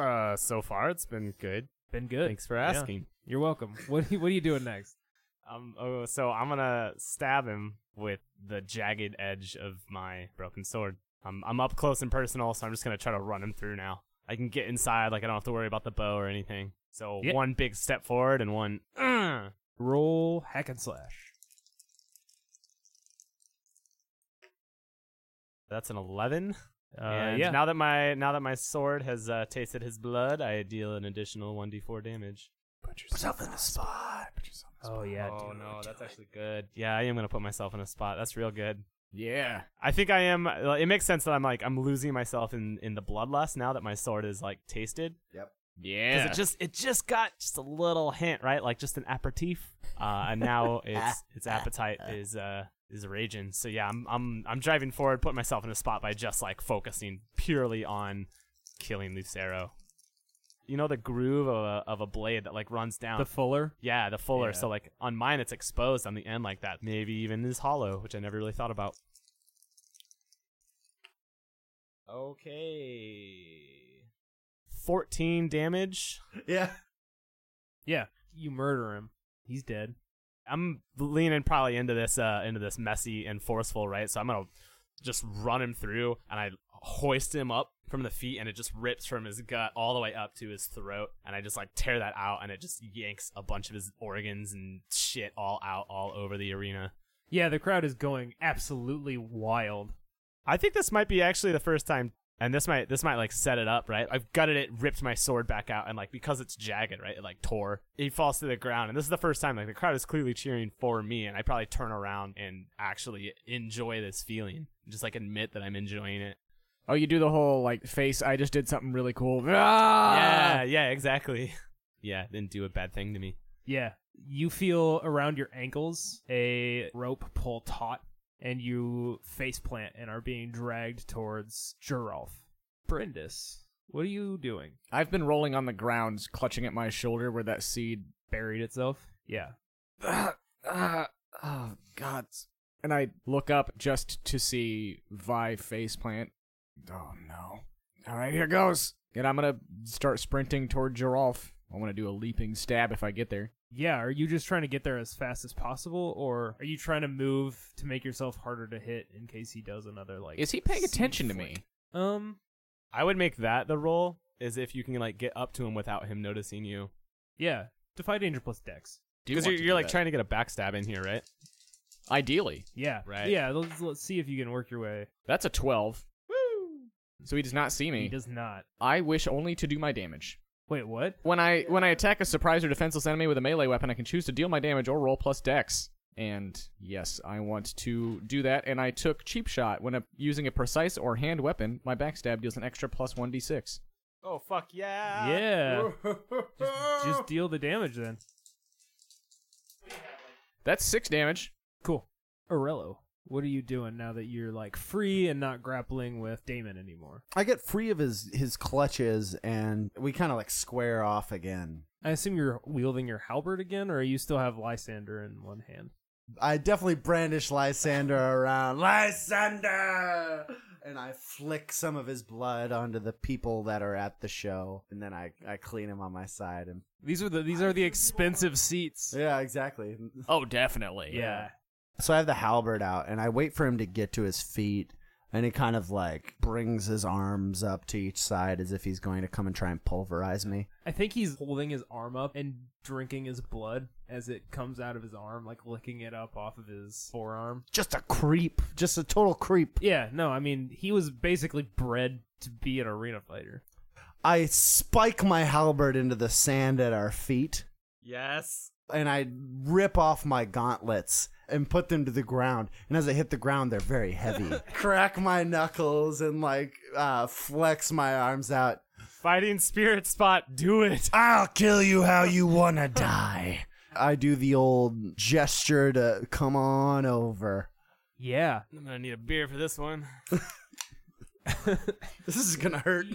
Speaker 3: Uh, so far, it's been good.
Speaker 4: Been good.
Speaker 3: Thanks for
Speaker 4: Yeah.
Speaker 3: asking.
Speaker 4: You're welcome. What are you, what are you doing next?
Speaker 3: Um, oh, so I'm gonna stab him with the jagged edge of my broken sword. I'm I'm up close and personal, so I'm just gonna try to run him through now. I can get inside, like I don't have to worry about the bow or anything. So
Speaker 4: Yeah.
Speaker 3: one big step forward and one. "Ugh."
Speaker 4: Roll hack and slash.
Speaker 3: That's an eleven.
Speaker 4: Uh,
Speaker 3: and
Speaker 4: yeah.
Speaker 3: Now that my now that my sword has uh, tasted his blood, I deal an additional one d4 damage.
Speaker 1: yourself in the spot.
Speaker 4: Oh yeah.
Speaker 3: Oh no, that's actually good. Yeah, I am gonna put myself in a spot. That's real good.
Speaker 2: Yeah.
Speaker 3: I think I am. like, It makes sense that I'm like I'm losing myself in in the bloodlust now that my sword is like tasted.
Speaker 2: Yeah.
Speaker 3: Because it just it just got just a little hint, right? Like just an aperitif, uh, and now its its appetite is uh is raging. So yeah, I'm I'm I'm driving forward, putting myself in a spot by just like focusing purely on killing Lucero. You know the groove of a, of a blade that like runs down.
Speaker 4: The Fuller.
Speaker 3: yeah, the fuller.
Speaker 4: Yeah.
Speaker 3: So like on mine, it's exposed on the end like that. Maybe even is hollow, which I never really thought about. Okay. 14 damage.
Speaker 1: Yeah.
Speaker 4: Yeah. You murder him. He's dead.
Speaker 3: I'm leaning probably into this uh into this messy and forceful, right? So I'm gonna just run him through and I hoist him up from the feet and it just rips from his gut all the way up to his throat and I just like tear that out and it just yanks a bunch of his organs and shit all out all over the arena.
Speaker 4: Yeah, the crowd is going absolutely wild.
Speaker 3: I think this might be actually the first time and this might this might like set it up, right? I've gutted it, ripped my sword back out, and like because it's jagged, right? It like tore. He falls to the ground, and this is the first time like the crowd is clearly cheering for me, and I probably turn around and actually enjoy this feeling. Just like admit that I'm enjoying it.
Speaker 2: Oh, you do the whole like face. I just did something really cool. Ah!
Speaker 3: yeah, yeah, exactly. Yeah, didn't do a bad thing to me.
Speaker 4: Yeah. You feel around your ankles a rope pull taut, and you face plant and are being dragged towards Jurolf. Brindis, what are you doing?
Speaker 2: I've been rolling on the ground, clutching at my shoulder where that seed
Speaker 4: Buried itself? Yeah.
Speaker 2: Ah, ah, oh god and i look up just to see vi faceplant oh no all right here goes and i'm gonna start sprinting toward giraffe i want to do a leaping stab if i get there
Speaker 4: Yeah, are you just trying to get there as fast as possible, or are you trying to move to make yourself harder to hit in case he does another like?
Speaker 2: is he paying
Speaker 4: seed
Speaker 2: attention to
Speaker 4: flick?
Speaker 2: me
Speaker 4: Um,
Speaker 3: I would make that the role is if you can like get up to him without him noticing you,
Speaker 4: yeah, defy danger plus dex.
Speaker 2: Do
Speaker 3: because
Speaker 2: want
Speaker 3: you're,
Speaker 2: to
Speaker 3: you're
Speaker 2: do
Speaker 3: like
Speaker 2: that.
Speaker 3: trying to get a backstab in here, right?
Speaker 2: ideally
Speaker 4: Yeah,
Speaker 3: Right.
Speaker 4: Yeah, let's, let's see if you can work your way.
Speaker 2: that's a 12 so he does not see
Speaker 4: He
Speaker 2: me
Speaker 4: does not.
Speaker 2: i wish only to do my damage
Speaker 4: Wait, what?
Speaker 2: when i when i attack a surprise or defenseless enemy with a melee weapon i can choose to deal my damage or roll plus dex and yes i want to do that and i took cheap shot when a, using a precise or hand weapon my backstab deals an extra plus 1d6
Speaker 3: Oh fuck yeah!
Speaker 4: Yeah, just, just deal the damage then.
Speaker 2: that's six damage
Speaker 4: Cool. Arello, what are you doing now that you're like free and not grappling with Damon anymore?
Speaker 1: I get free of his his clutches, and we kind of like square off again.
Speaker 4: I assume you're wielding your halberd again, or you still have Lysander in one hand.
Speaker 1: I definitely brandish Lysander around. Lysander! And I flick some of his blood onto the people that are at the show, and then I, I clean him on my side. And
Speaker 4: These are the these are the expensive seats.
Speaker 1: yeah, exactly.
Speaker 2: oh definitely
Speaker 4: Yeah.
Speaker 1: So I have the halberd out, and I wait for him to get to his feet, and he kind of like brings his arms up to each side as if he's going to come and try and pulverize me.
Speaker 4: I think he's holding his arm up and drinking his blood as it comes out of his arm, like licking it up off of his forearm.
Speaker 1: Just a creep, just a total creep.
Speaker 4: Yeah, no, I mean he was basically bred to be an arena fighter.
Speaker 1: I spike my halberd into the sand at our feet.
Speaker 3: Yes.
Speaker 1: and I rip off my gauntlets and put them to the ground. And as I hit the ground, they're very heavy. Crack my knuckles and like uh, flex my arms out.
Speaker 3: Fighting spirit spot, do it.
Speaker 1: I'll kill you how you wanna die. I do the old gesture to come on over.
Speaker 4: Yeah.
Speaker 3: I'm gonna need a beer for this one.
Speaker 1: This is gonna hurt.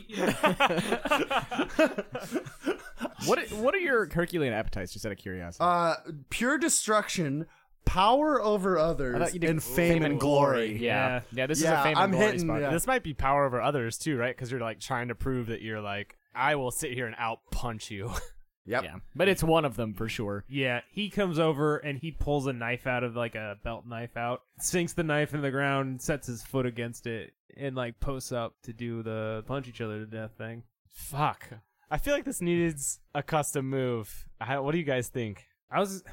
Speaker 2: what what are your herculean appetites just out of curiosity
Speaker 1: Uh, pure destruction, power over
Speaker 2: I
Speaker 1: others,
Speaker 2: thought you did
Speaker 1: and fame, and glory.
Speaker 2: yeah
Speaker 4: Yeah.
Speaker 2: yeah this is
Speaker 1: Yeah,
Speaker 2: a fame
Speaker 1: I'm
Speaker 2: and glory
Speaker 1: hitting,
Speaker 2: spot.
Speaker 1: yeah.
Speaker 3: This might be power over others too, right? Because you're like trying to prove that you're like, I will sit here and out punch you.
Speaker 1: Yep.
Speaker 2: yeah but it's one of them for sure
Speaker 4: Yeah, he comes over and he pulls a knife out of like a belt knife out, sinks the knife in the ground, sets his foot against it, and like posts up to do the punch each other to death thing.
Speaker 3: Fuck. I feel like this needs a custom move. How, what do you guys think?
Speaker 4: I was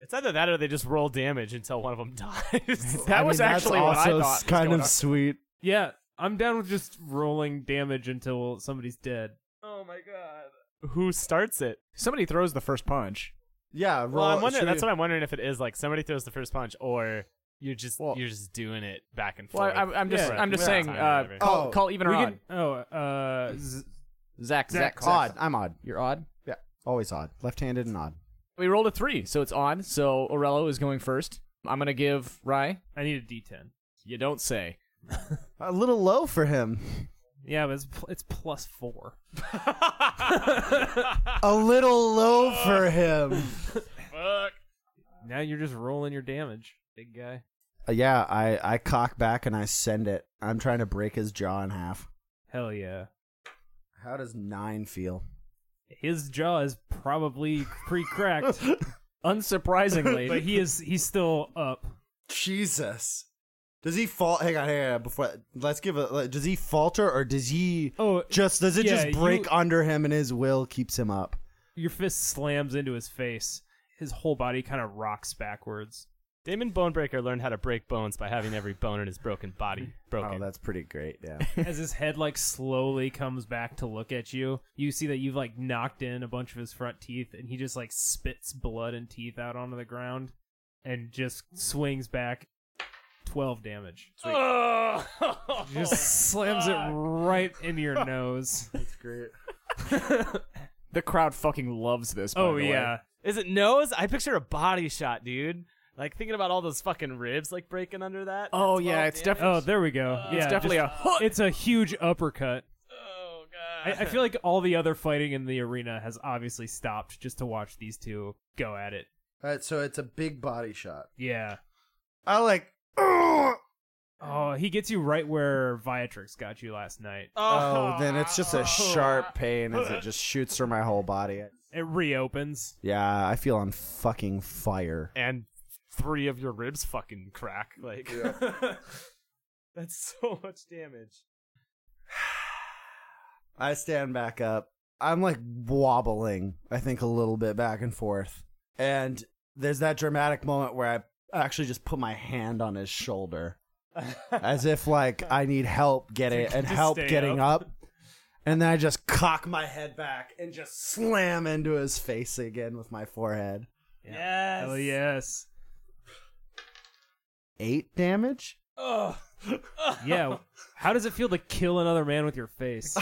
Speaker 3: It's either that or they just roll damage until one of them dies.
Speaker 2: that was actually what i thought was
Speaker 1: kind
Speaker 2: going
Speaker 1: of
Speaker 2: on.
Speaker 1: sweet.
Speaker 4: yeah, I'm down with just rolling damage until somebody's dead.
Speaker 3: who starts it.
Speaker 2: Somebody throws the first punch.
Speaker 1: Yeah, roll,
Speaker 3: Well, I'm wondering.
Speaker 1: should
Speaker 3: That's
Speaker 1: we-
Speaker 3: what I'm wondering if it is like somebody throws the first punch, or you're just
Speaker 2: Well-
Speaker 3: you're just doing it back and
Speaker 2: Well,
Speaker 3: forth.
Speaker 2: I, I'm just
Speaker 4: Yeah.
Speaker 2: I'm just
Speaker 3: Yeah.
Speaker 2: saying. Uh,
Speaker 3: Whatever.
Speaker 2: call,
Speaker 1: Oh,
Speaker 2: call even or
Speaker 4: we
Speaker 2: odd.
Speaker 4: can, oh, uh, z-
Speaker 2: Zach, Zach,
Speaker 1: odd.
Speaker 2: Zach. I'm odd. You're odd.
Speaker 1: Yeah, always odd. Left-handed and odd.
Speaker 2: We rolled a three, so it's odd. So Orello is going first. I'm gonna give Rye.
Speaker 4: I need a D10.
Speaker 2: You don't say.
Speaker 1: A little low for him.
Speaker 4: Yeah, but it's, pl- it's plus four.
Speaker 1: A little low for him.
Speaker 3: Fuck.
Speaker 4: Now you're just rolling your damage, big guy.
Speaker 1: Uh, yeah, I I cock back and I send it. I'm trying to break his jaw in half.
Speaker 4: Hell yeah.
Speaker 1: How does nine feel?
Speaker 4: His jaw is probably pre-cracked,
Speaker 2: Unsurprisingly,
Speaker 4: but he is he's still up.
Speaker 1: Jesus. Does he fall? Hang on, hang on. Before let's give a. like, Does he falter or does he
Speaker 4: Oh,
Speaker 1: just? Does it
Speaker 4: Yeah,
Speaker 1: just break
Speaker 4: you-
Speaker 1: under him and his will keeps him up?
Speaker 4: your fist slams into his face. His whole body kind of rocks backwards.
Speaker 3: Damon Bonebreaker learned how to break bones by having every bone in his broken body broken.
Speaker 1: Oh, that's pretty great. Yeah.
Speaker 4: As his head like slowly comes back to look at you, you see that you've like knocked in a bunch of his front teeth and he just like spits blood and teeth out onto the ground and just swings back 12 damage. Just slams it right into your nose.
Speaker 1: That's great.
Speaker 2: the crowd fucking loves this. by
Speaker 4: Oh
Speaker 2: the way.
Speaker 4: yeah.
Speaker 3: Is it nose? I picture a body shot, dude. Like thinking about all those fucking ribs like breaking under that.
Speaker 2: Oh
Speaker 3: That's
Speaker 2: yeah,
Speaker 3: all
Speaker 2: it's
Speaker 3: damn-
Speaker 2: definitely.
Speaker 4: Oh, there we go. yeah,
Speaker 2: it's definitely
Speaker 4: just-
Speaker 2: a hook.
Speaker 4: It's a huge uppercut.
Speaker 3: Oh god.
Speaker 4: I, I feel like all the other fighting in the arena has obviously stopped just to watch these two go at it.
Speaker 1: All right, so it's a big body shot.
Speaker 4: Yeah.
Speaker 1: I like. Oh,
Speaker 4: Oh, he gets you right where Viatrix got you last night.
Speaker 1: Oh,
Speaker 3: Oh.
Speaker 1: then it's just a sharp pain as it just shoots through my whole body.
Speaker 4: It reopens.
Speaker 1: Yeah, I feel on fucking fire.
Speaker 3: and three of your ribs fucking crack. Like that's so much damage.
Speaker 1: I stand back up. I'm like wobbling, I think, a little bit back and forth. And there's that dramatic moment where I actually just put my hand on his shoulder as if like I need help getting and
Speaker 4: just
Speaker 1: help
Speaker 4: stay
Speaker 1: getting up. And then I just cock my head back and just slam into his face again with my forehead.
Speaker 4: Yes. Hell yes.
Speaker 1: Eight damage?
Speaker 4: Yeah. How does it feel to kill another man with your face?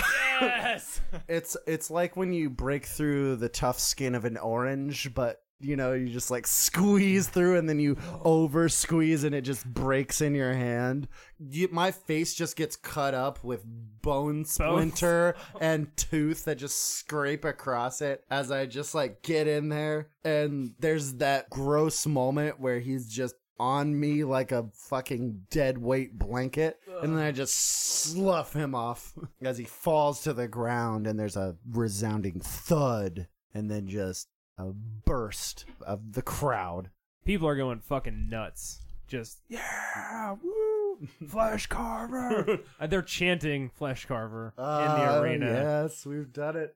Speaker 1: It's it's like when you break through the tough skin of an orange, but you know, you just like squeeze through and then you over squeeze and it just breaks in your hand. You, my face just gets cut up with bone splinter and tooth that just scrape across it as I just like get in there and there's that gross moment where he's just on me like a fucking dead weight blanket and then I just slough him off as he falls to the ground and there's a resounding thud and then just a burst of the crowd.
Speaker 4: People are going fucking nuts. Just
Speaker 1: Yeah, woo, Flash Carver
Speaker 4: uh, they're chanting Flesh Carver
Speaker 1: Uh,
Speaker 4: in the arena.
Speaker 1: Yes, we've done it.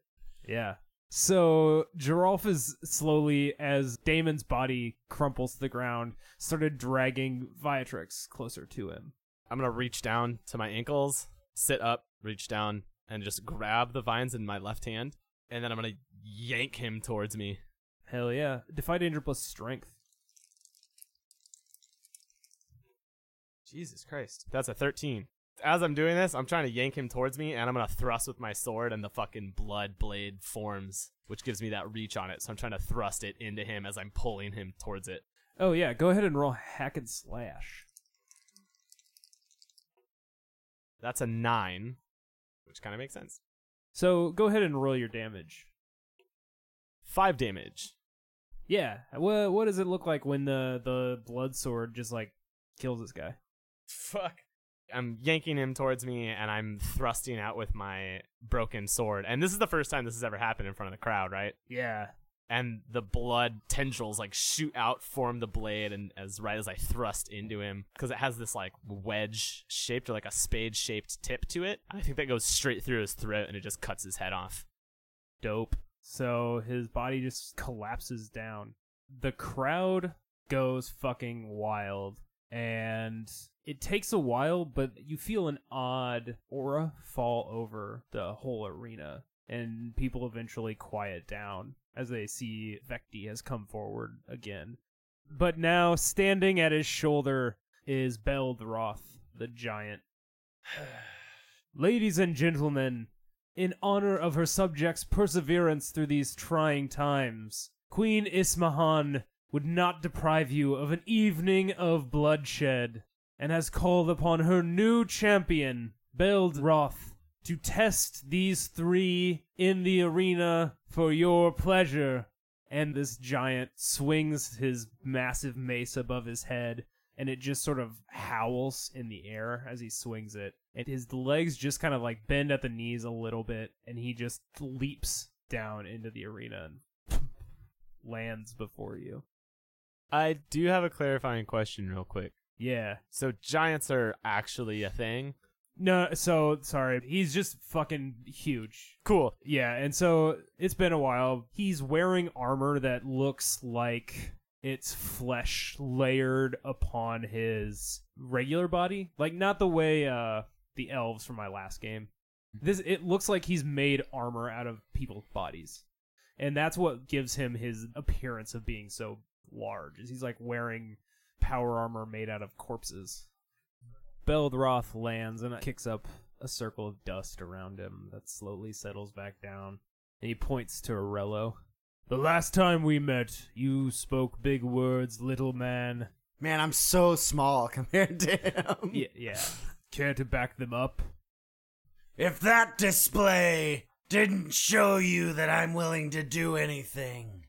Speaker 4: Yeah. So Giralf is slowly, as Damon's body crumples to the ground, started dragging Viatrix closer to him.
Speaker 3: I'm gonna reach down to my ankles, sit up, reach down, and just grab the vines in my left hand, and then I'm gonna yank him towards me.
Speaker 4: Hell yeah. Defy danger plus strength.
Speaker 3: Jesus Christ. That's a 13. As I'm doing this, I'm trying to yank him towards me, and I'm gonna thrust with my sword, and the fucking blood blade forms, which gives me that reach on it. So I'm trying to thrust it into him as I'm pulling him towards it.
Speaker 4: Oh yeah, go ahead and roll hack and slash.
Speaker 3: That's a nine, which kind of makes sense.
Speaker 4: So go ahead and roll your damage.
Speaker 3: Five damage.
Speaker 4: Yeah. What what does it look like when the the blood sword just like kills this guy?
Speaker 3: Fuck. I'm yanking him towards me and I'm thrusting out with my broken sword. And this is the first time this has ever happened in front of the crowd, right?
Speaker 4: Yeah.
Speaker 3: And the blood tendrils like shoot out, form the blade, and as right as I thrust into him, because it has this like wedge shaped or like a spade shaped tip to it. I think that goes straight through his throat and it just cuts his head off.
Speaker 4: Dope. So his body just collapses down. The crowd goes fucking wild. And it takes a while, but you feel an odd aura fall over the whole arena. and people eventually quiet down as they see Vecti has come forward again. But now, standing at his shoulder is Beldroth, the giant. Ladies and gentlemen, in honor of her subjects' perseverance through these trying times, Queen Ismahan would not deprive you of an evening of bloodshed, and has called upon her new champion, Beldroth, to test these three in the arena for your pleasure. And this giant swings his massive mace above his head, and it just sort of howls in the air as he swings it. And his legs just kind of like bend at the knees a little bit, and he just leaps down into the arena and lands before you.
Speaker 3: I do have a clarifying question, real quick.
Speaker 4: Yeah.
Speaker 3: So giants are actually a thing.
Speaker 4: No, so sorry. He's just fucking huge.
Speaker 3: Cool.
Speaker 4: Yeah, and so it's been a while. He's wearing armor that looks like it's flesh layered upon his regular body, like not the way uh the elves from my last game. This it looks like he's made armor out of people's bodies. And that's what gives him his appearance of being so large. Is he's like wearing power armor made out of corpses. Beldroth lands and kicks up a circle of dust around him that slowly settles back down. And he points to Arello. The last time we met, you spoke big words, little man.
Speaker 1: Man, I'm so small compared to him.
Speaker 4: Yeah, yeah. Care to back them up?
Speaker 8: If that display didn't show you that I'm willing to do anything,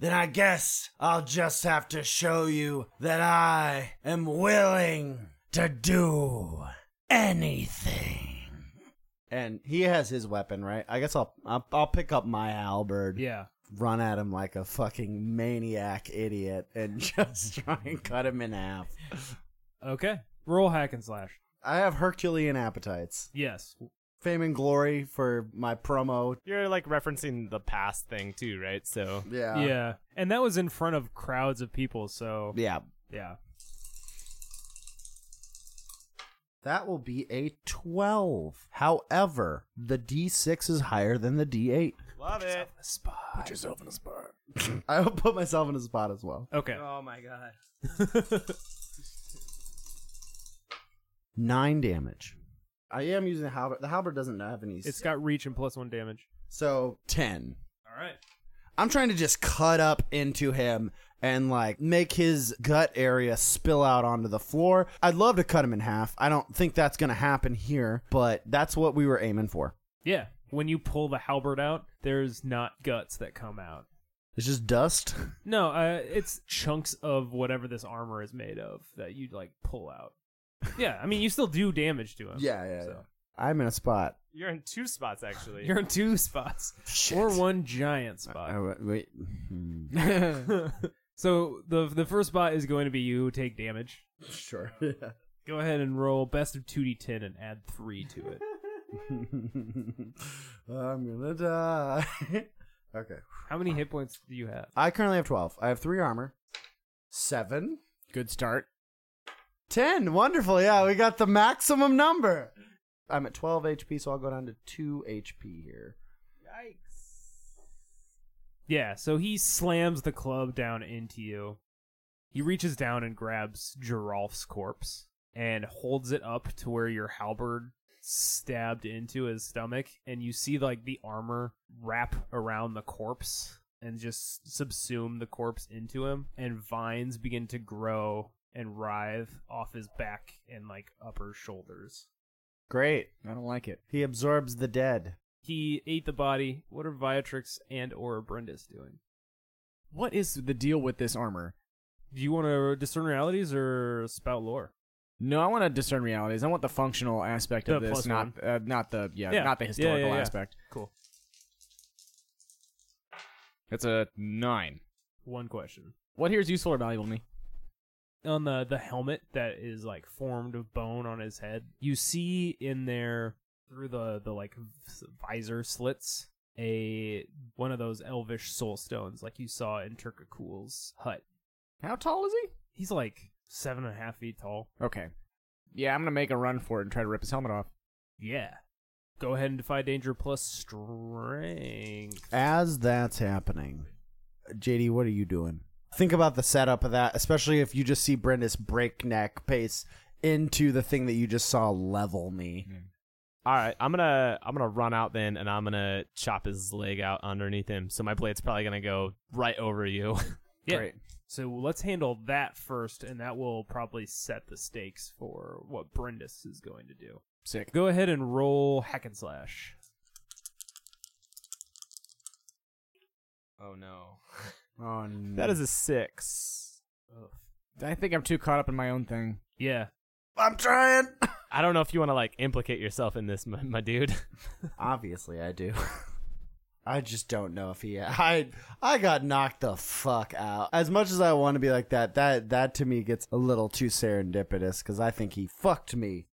Speaker 8: then I guess I'll just have to show you that I am willing to do anything.
Speaker 1: And he has his weapon, right? I guess I'll I'll, I'll pick up my halberd,
Speaker 4: Yeah.
Speaker 1: run at him like a fucking maniac idiot, and just try and cut him in half.
Speaker 4: Okay. Roll hack and slash.
Speaker 1: I have Herculean appetites.
Speaker 4: Yes.
Speaker 1: Fame and glory for my promo.
Speaker 3: You're like referencing the past thing too, right? So
Speaker 1: Yeah.
Speaker 4: yeah. And that was in front of crowds of people, so
Speaker 1: Yeah.
Speaker 4: yeah.
Speaker 1: That will be a 12. However, the D6 is higher than the D8.
Speaker 3: love it.
Speaker 2: Put yourself in a spot.
Speaker 1: I will put myself in a spot as well.
Speaker 4: Okay.
Speaker 3: Oh my god.
Speaker 1: Nine damage. I am using the halberd. The halberd doesn't have any.
Speaker 4: It's got reach and plus one damage.
Speaker 1: so, 10.
Speaker 4: All right.
Speaker 1: I'm trying to just cut up into him and like make his gut area spill out onto the floor. I'd love to cut him in half. I don't think that's going to happen here, but that's what we were aiming for.
Speaker 4: Yeah. When you pull the halberd out, there's not guts that come out.
Speaker 1: It's just dust.
Speaker 4: No, uh, it's chunks of whatever this armor is made of that you like pull out. Yeah, I mean you still do damage to him.
Speaker 1: Yeah, yeah,
Speaker 4: So.
Speaker 1: yeah. I'm in a spot.
Speaker 3: You're in two spots actually.
Speaker 4: You're in two spots
Speaker 1: Shit.
Speaker 4: or one giant
Speaker 1: I-
Speaker 4: spot.
Speaker 1: I- wait. Hmm.
Speaker 4: so the the first spot is going to be you take damage.
Speaker 1: Sure.
Speaker 4: Go ahead and roll best of 2d10 and add 3 to it.
Speaker 1: I'm gonna die. okay.
Speaker 4: How many hit points do you have?
Speaker 1: I currently have twelve. I have three armor. Seven.
Speaker 2: Good start.
Speaker 1: Ten. Wonderful. Yeah, we got the maximum number. I'm at twelve HP, so I'll go down to two HP here.
Speaker 4: Yeah, so he slams the club down into you. He reaches down and grabs Giralf's corpse and holds it up to where your halberd stabbed into his stomach, and you see like the armor wrap around the corpse and just subsume the corpse into him, and vines begin to grow and writhe off his back and like upper shoulders.
Speaker 1: Great.
Speaker 2: I don't like it.
Speaker 1: He absorbs the dead.
Speaker 4: He ate the body. What are Viatrix and or Brindis doing?
Speaker 2: What is the deal with this armor?
Speaker 4: Do you want to discern realities or spout lore?
Speaker 2: No, I want to discern realities. I want the functional aspect of
Speaker 4: The
Speaker 2: this,
Speaker 4: plus
Speaker 2: not uh, not the yeah,
Speaker 4: Yeah.
Speaker 2: not the
Speaker 4: Yeah, yeah,
Speaker 2: historical
Speaker 4: yeah.
Speaker 2: aspect.
Speaker 4: Cool.
Speaker 2: That's a nine.
Speaker 4: One question.
Speaker 2: What here is useful or valuable to me?
Speaker 4: On the the helmet that is like formed of bone on his head, you see in there through the the like v- visor slits a one of those elvish soul stones like you saw in Turkakul's hut.
Speaker 2: How tall is he?
Speaker 4: He's like seven and a half feet tall.
Speaker 2: Okay. Yeah, I'm gonna make a run for it and try to rip his helmet off.
Speaker 4: Yeah. Go ahead and defy danger plus strength.
Speaker 1: As that's happening, JD, what are you doing? Think about the setup of that, especially if you just see Brenda's breakneck pace into the thing that you just saw level me.
Speaker 3: All right, I'm gonna I'm gonna run out then, and I'm gonna chop his leg out underneath him. So my blade's probably gonna go right over you.
Speaker 4: Yeah. So let's handle that first, and that will probably set the stakes for what Brendis is going to do.
Speaker 2: Sick.
Speaker 4: Go ahead and roll hack and slash.
Speaker 3: Oh no,
Speaker 1: Oh, no.
Speaker 3: that is a six.
Speaker 2: I think I'm too caught up in my own thing.
Speaker 4: Yeah.
Speaker 1: I'm trying.
Speaker 3: I don't know if you want to like implicate yourself in this, my, my dude.
Speaker 1: Obviously, I do. I just don't know if he. I I got knocked the fuck out. As much as I want to be like that, that that to me gets a little too serendipitous because I think he fucked me.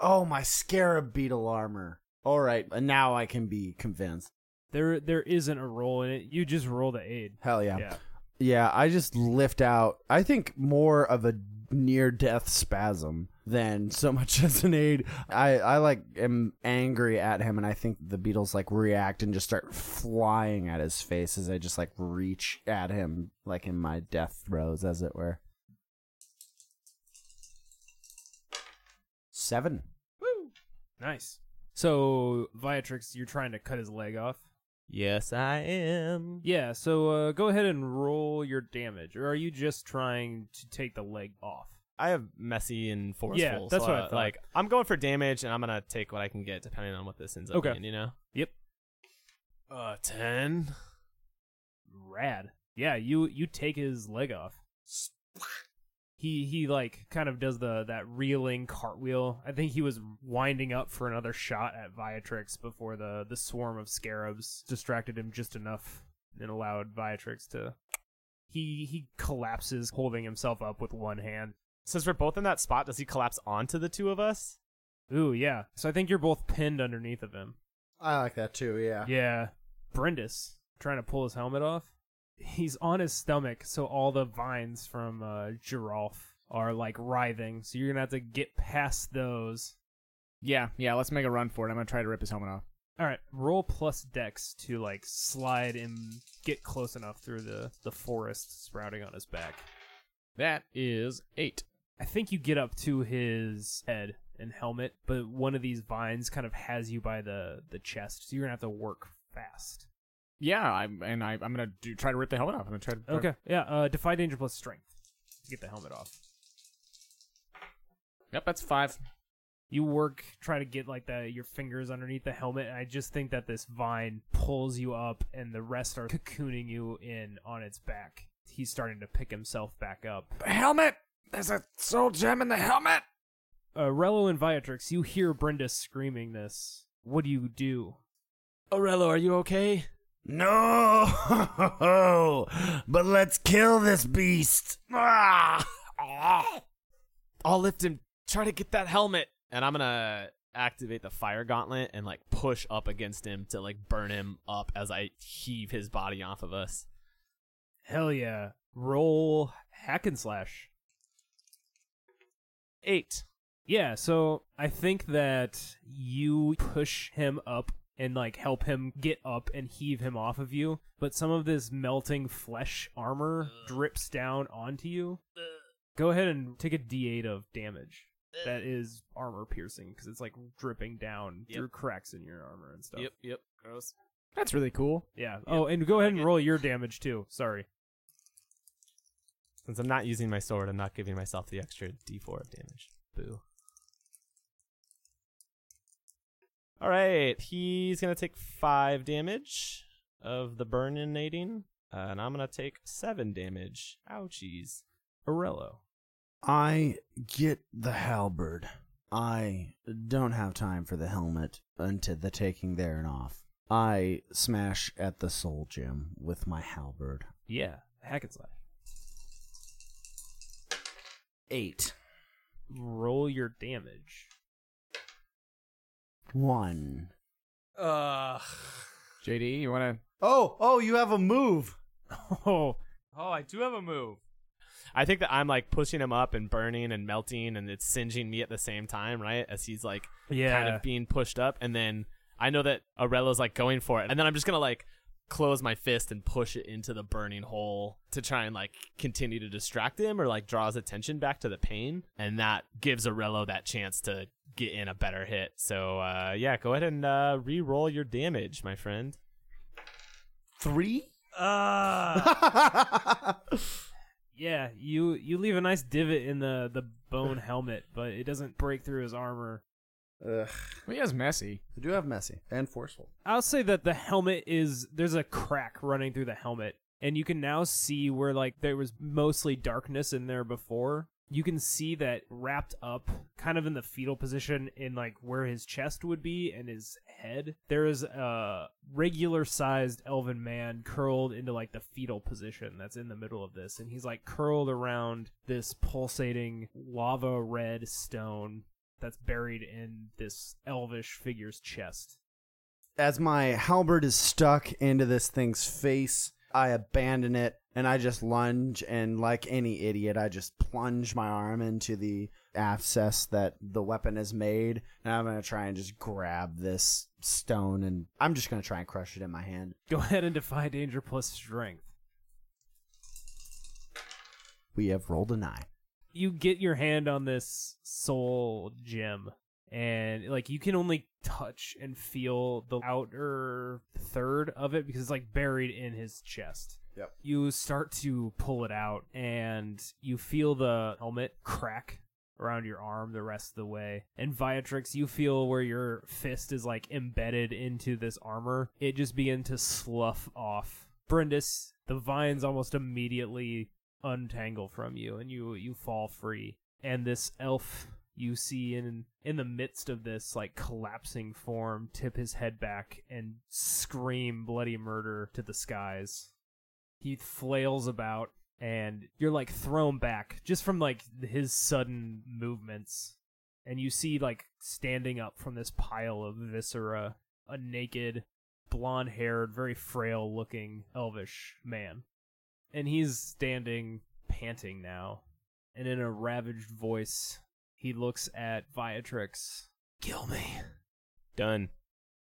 Speaker 1: Oh, my scarab beetle armor. All right, now I can be convinced.
Speaker 4: There there isn't a roll in it. You just roll the aid.
Speaker 1: Hell yeah.
Speaker 4: Yeah.
Speaker 1: Yeah, I just lift out, I think, more of a near death spasm than so much as an aid. I, I like am angry at him, and I think the Beatles like react and just start flying at his face as I just like reach at him, like in my death throes, as it were. Seven.
Speaker 4: Nice. So Viatrix, you're trying to cut his leg off.
Speaker 3: yes, I am.
Speaker 4: Yeah, so uh, go ahead and roll your damage, or are you just trying to take the leg off?
Speaker 3: I have messy and forceful.
Speaker 4: Yeah, that's
Speaker 3: so, uh,
Speaker 4: what I thought.
Speaker 3: Like I'm going for damage, and I'm gonna take what I can get depending on what this ends up
Speaker 4: Okay.
Speaker 3: being. You know.
Speaker 4: Yep.
Speaker 3: Uh, ten.
Speaker 4: Rad. Yeah, you you take his leg off. He he like kind of does the that reeling cartwheel. I think he was winding up for another shot at Viatrix before the the swarm of scarabs distracted him just enough and allowed Viatrix to. He he collapses, holding himself up with one hand.
Speaker 3: Since we're both in that spot, does he collapse onto the two of us?
Speaker 4: Ooh, yeah. So I think you're both pinned underneath of him.
Speaker 1: I like that too, yeah.
Speaker 4: Yeah. Brendis trying to pull his helmet off. He's on his stomach, so all the vines from uh, Giraffe are like writhing. So you're gonna have to get past those.
Speaker 2: Yeah, yeah, let's make a run for it. I'm gonna try to rip his helmet off.
Speaker 4: All right, roll plus dex to like slide and get close enough through the the forest sprouting on his back.
Speaker 2: That is eight.
Speaker 4: I think you get up to his head and helmet, but one of these vines kind of has you by the the chest, so you're gonna have to work fast.
Speaker 2: Yeah, I'm, and I, I'm gonna do, try to rip the helmet off. I'm gonna try to.
Speaker 4: Okay, yeah. Uh, defy danger plus strength. to Get the helmet off.
Speaker 2: Yep, that's five.
Speaker 4: you work try to get like the your fingers underneath the helmet and i just think that this vine pulls you up and the rest are cocooning you in on its back he's starting to pick himself back up
Speaker 2: The helmet. There's a soul gem in the helmet.
Speaker 4: uh, rello and viatrix you hear brenda screaming this what do you do
Speaker 3: Orello, are you okay?
Speaker 8: No, but let's kill this beast. Ah! Ah!
Speaker 3: I'll lift him. Try to get that helmet. And I'm gonna activate the fire gauntlet and like push up against him to like burn him up as I heave his body off of us.
Speaker 4: hell yeah roll hack and slash
Speaker 3: Eight.
Speaker 4: Yeah, so I think that you push him up and like help him get up and heave him off of you, but some of this melting flesh armor
Speaker 3: Uh.
Speaker 4: drips down onto you. Go ahead and take a d8 of damage.
Speaker 3: Uh.
Speaker 4: That is armor piercing because it's like dripping down
Speaker 3: Yep.
Speaker 4: through cracks in your armor and stuff.
Speaker 3: Yep. Gross.
Speaker 2: That's really cool.
Speaker 4: Yeah. Oh, and go ahead and roll your damage too. Sorry.
Speaker 3: Since I'm not using my sword, I'm not giving myself the extra d4 of damage. Boo. All right, he's gonna take five damage of the burninating, uh, and I'm gonna take seven damage. Ouchies.
Speaker 4: Arello.
Speaker 1: I get the halberd. I don't have time for the helmet until the taking there and off. I smash at the soul gem with my halberd.
Speaker 4: Yeah. Hack and slash.
Speaker 1: Eight.
Speaker 4: Roll your damage.
Speaker 1: One.
Speaker 3: Ugh.
Speaker 2: JD, you wanna?
Speaker 1: Oh, oh, you have a move.
Speaker 4: Oh,
Speaker 3: Oh, I do have a move. I think that I'm like pushing him up and burning and melting, and it's singeing me at the same time, right? As he's like
Speaker 4: yeah.
Speaker 3: kind of being pushed up, and then I know that Arella's like going for it, and then I'm just gonna like close my fist and push it into the burning hole to try and like continue to distract him or like draw his attention back to the pain, and that gives Arello that chance to get in a better hit. So uh, yeah, go ahead and uh, re-roll your damage, my friend.
Speaker 1: Three?
Speaker 4: Yeah, you you leave a nice divot in the the bone helmet, but it doesn't break through his armor.
Speaker 1: Ugh.
Speaker 2: Well, he has messy.
Speaker 1: I do have messy and forceful.
Speaker 4: I'll say that the helmet is there's a crack running through the helmet, and you can now see where like there was mostly darkness in there before. You can see that wrapped up, kind of in the fetal position, in like where his chest would be and his head. There is a regular sized elven man curled into like the fetal position that's in the middle of this, and he's like curled around this pulsating lava red stone that's buried in this elvish figure's chest.
Speaker 1: As my halberd is stuck into this thing's face, I abandon it and I just lunge and like any idiot, I just plunge my arm into the abscess that the weapon has made and I'm going to try and just grab this stone and I'm just going to try and crush it in my hand.
Speaker 4: Go ahead and defy danger plus strength.
Speaker 1: We have rolled a nine.
Speaker 4: You get your hand on this soul gem, and like you can only touch and feel the outer third of it because it's like buried in his chest.
Speaker 1: Yep.
Speaker 4: You start to pull it out, and you feel the helmet crack around your arm the rest of the way. And Viatrix, you feel where your fist is like embedded into this armor. It just began to slough off. Brindis, the vines almost immediately untangle from you and you you fall free. And this elf you see in in the midst of this like collapsing form tip his head back and scream bloody murder to the skies he flails about and you're like thrown back just from like his sudden movements and you see like standing up from this pile of viscera a naked blonde haired very frail looking elvish man and he's standing panting now and in a ravaged voice he looks at viatrix kill me
Speaker 3: Done.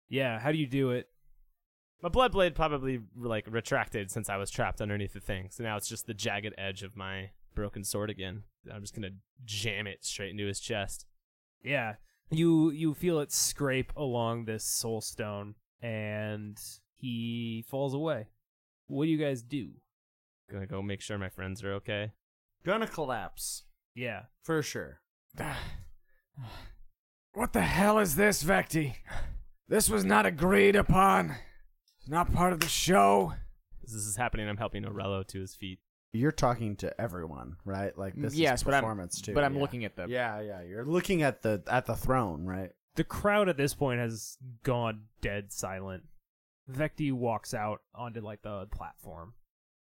Speaker 4: yeah how do you do it
Speaker 3: My blood blade probably like retracted since I was trapped underneath the thing, so now it's just the jagged edge of my broken sword again. I'm just gonna jam it straight into his chest.
Speaker 4: yeah you you feel it scrape along this soul stone and he falls away what do you guys do
Speaker 3: Gonna go make sure my friends are okay.
Speaker 1: Gonna collapse.
Speaker 4: yeah
Speaker 1: For sure.
Speaker 8: What the hell is this, Vecti? This was not agreed upon. It's not part of the show.
Speaker 3: As this is happening, I'm helping Orello to his feet.
Speaker 1: You're talking to everyone, right? Like this
Speaker 2: yes,
Speaker 1: is
Speaker 2: but I'm
Speaker 1: performance too.
Speaker 2: but I'm
Speaker 1: yeah.
Speaker 2: looking at the
Speaker 1: Yeah, yeah. You're looking at the at the throne, right?
Speaker 4: the crowd at this point has gone dead silent vecti walks out onto like the platform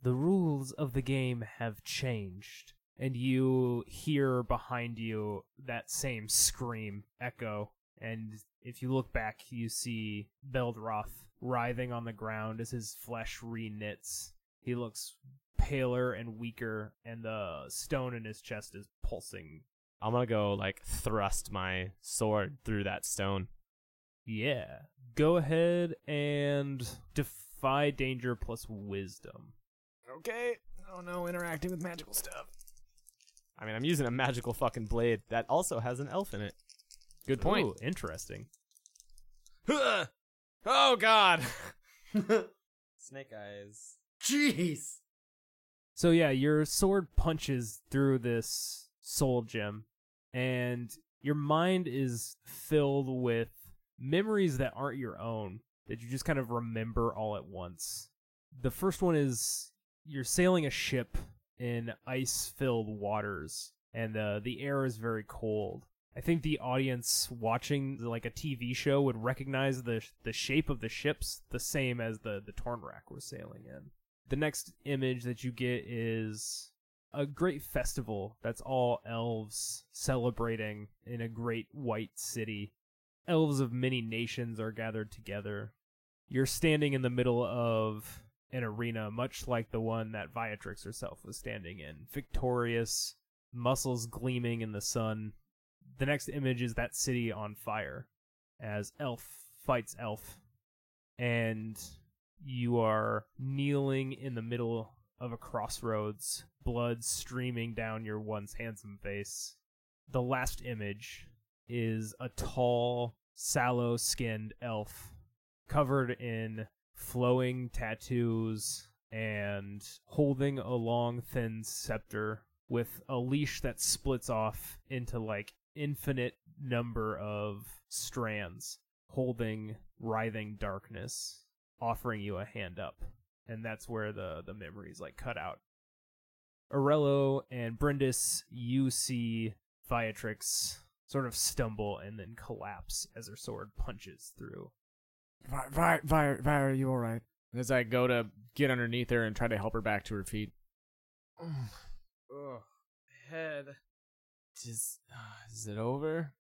Speaker 4: the rules of the game have changed and you hear behind you that same scream echo and if you look back you see beldroth writhing on the ground as his flesh reknits he looks paler and weaker and the stone in his chest is pulsing
Speaker 3: I'm gonna go like thrust my sword through that stone.
Speaker 4: Yeah. Go ahead and defy danger plus wisdom.
Speaker 2: Okay. Oh no, interacting with magical stuff.
Speaker 3: I mean, I'm using a magical fucking blade that also has an elf in it.
Speaker 2: Good point.
Speaker 4: Ooh, interesting.
Speaker 3: Huh! Oh god! Snake eyes.
Speaker 1: Jeez.
Speaker 4: So yeah, your sword punches through this soul gem and your mind is filled with memories that aren't your own that you just kind of remember all at once. The first one is you're sailing a ship in ice-filled waters and the the air is very cold. I think the audience watching like a TV show would recognize the the shape of the ships the same as the the Tornrak we're sailing in. The next image that you get is a great festival that's all elves celebrating in a great white city. Elves of many nations are gathered together. You're standing in the middle of an arena, much like the one that Viatrix herself was standing in, victorious, muscles gleaming in the sun. The next image is that city on fire as elf fights Elf, and you are kneeling in the middle of a crossroads, blood streaming down your once handsome face. The last image is a tall, sallow skinned elf covered in flowing tattoos and holding a long, thin scepter with a leash that splits off into like infinite number of strands holding writhing darkness offering you a hand up and that's where the the memories like cut out Arello and Brindis you see Viatrix sort of stumble and then collapse as her sword punches through
Speaker 2: Vi- Vi- Vi- Vi, are you all right? As I go to get underneath her and try to help her back to her feet.
Speaker 3: Ugh, head. Is, is it over?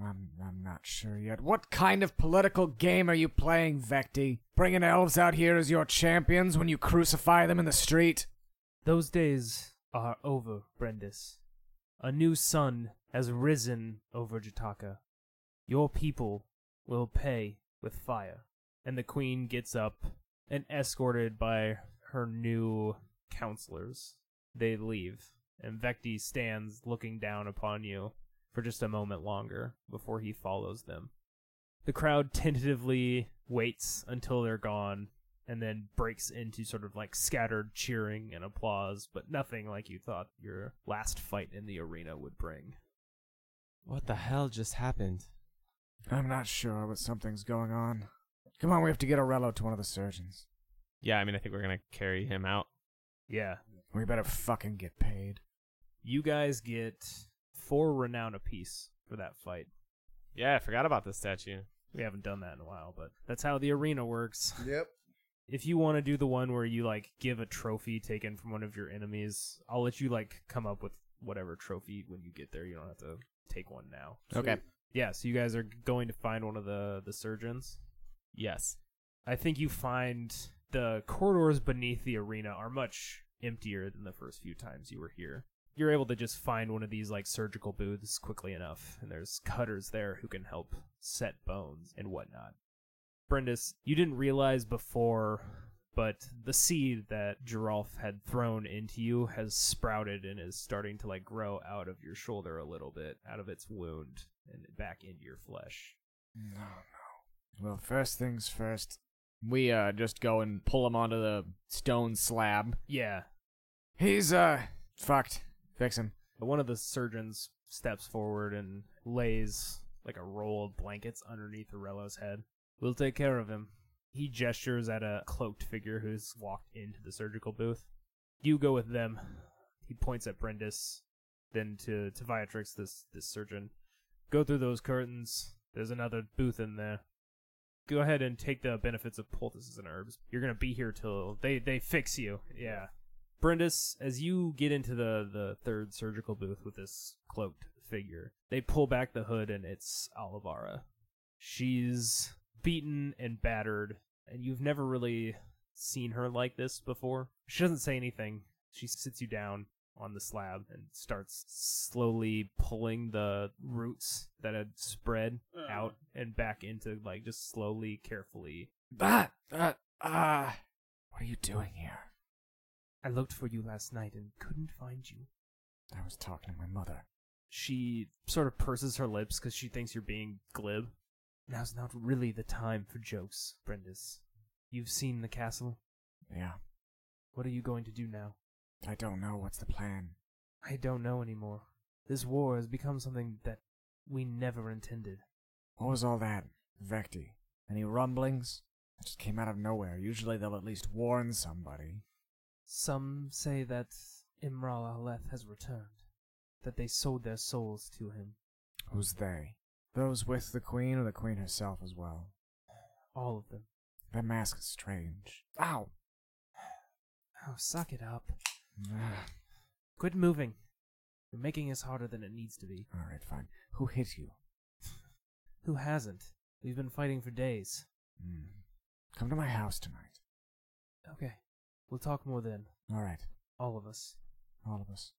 Speaker 2: I'm, I'm not sure yet. What kind of political game are you playing, Vecti? Bringing elves out here as your champions when you crucify them in the street?
Speaker 4: Those days are over, Brendis. A new sun has risen over Jataka. Your people will pay with fire. And the queen gets up and escorted by her new counselors. They leave, and Vecti stands looking down upon you for just a moment longer before he follows them. The crowd tentatively waits until they're gone and then breaks into sort of like scattered cheering and applause, but nothing like you thought your last fight in the arena would bring.
Speaker 3: What the hell just happened?
Speaker 2: I'm not sure, but something's going on. Come on, we have to get Arello to one of the surgeons.
Speaker 3: Yeah, I mean, I think we're gonna carry him out.
Speaker 4: Yeah.
Speaker 2: We better fucking get paid.
Speaker 4: You guys get four renown apiece for that fight.
Speaker 3: Yeah, I forgot about the statue.
Speaker 4: We haven't done that in a while, but that's how the arena works.
Speaker 1: Yep.
Speaker 4: If you want to do the one where you like give a trophy taken from one of your enemies, I'll let you like come up with whatever trophy when you get there. You don't have to take one now.
Speaker 2: Okay.
Speaker 4: Yeah, so you guys are going to find one of the the surgeons.
Speaker 3: Yes.
Speaker 4: I think you find the corridors beneath the arena are much emptier than the first few times you were here. You're able to just find one of these like surgical booths quickly enough, and there's cutters there who can help set bones and whatnot. Brendis, you didn't realize before, but the seed that Giralf had thrown into you has sprouted and is starting to like grow out of your shoulder a little bit, out of its wound and back into your flesh.
Speaker 2: No, no. Well, first things first. We uh just go and pull him onto the stone slab.
Speaker 4: Yeah,
Speaker 2: He's uh fucked. Fix him.
Speaker 4: But one of the surgeons steps forward and lays like a roll of blankets underneath Arello's head. We'll take care of him. He gestures at a cloaked figure who's walked into the surgical booth. You go with them. He points at Brendis, then to, to Viatrix, this, this surgeon. Go through those curtains. There's another booth in there. Go ahead and take the benefits of poultices and herbs. You're gonna be here till they, they fix you. Yeah. Brendis, as you get into the, the third surgical booth with this cloaked figure, they pull back the hood and it's Olivara. She's beaten and battered, and you've never really seen her like this before. She doesn't say anything. She sits you down on the slab and starts slowly pulling the roots that had spread out and back into, like, just slowly, carefully.
Speaker 2: Ah, ah, ah. What are you doing here?
Speaker 4: I looked for you last night and couldn't find you.
Speaker 2: I was talking to my mother.
Speaker 4: she sort of purses her lips because she thinks you're being glib. Now's not really the time for jokes, Brendis. You've seen the castle.
Speaker 2: Yeah.
Speaker 4: What are you going to do now?
Speaker 2: I don't know what's the plan.
Speaker 4: I don't know anymore. This war has become something that we never intended.
Speaker 2: What was all that, Vecti? Any rumblings? It just came out of nowhere. Usually they'll at least warn somebody.
Speaker 4: Some say that Imral Aleth has returned, that they sold their souls to him.
Speaker 2: Who's they? Those with the queen or the queen herself as well.
Speaker 4: All of them.
Speaker 2: That mask is strange. Ow!
Speaker 4: Oh, suck it up.
Speaker 2: Ah,
Speaker 4: Quit moving. You're making this harder than it needs to be.
Speaker 2: all right, fine. Who hit you?
Speaker 4: Who hasn't? We've been fighting for days.
Speaker 2: Hmm. Come to my house tonight.
Speaker 4: Okay. We'll talk more then,
Speaker 2: All right,
Speaker 4: all of us.
Speaker 2: all of us.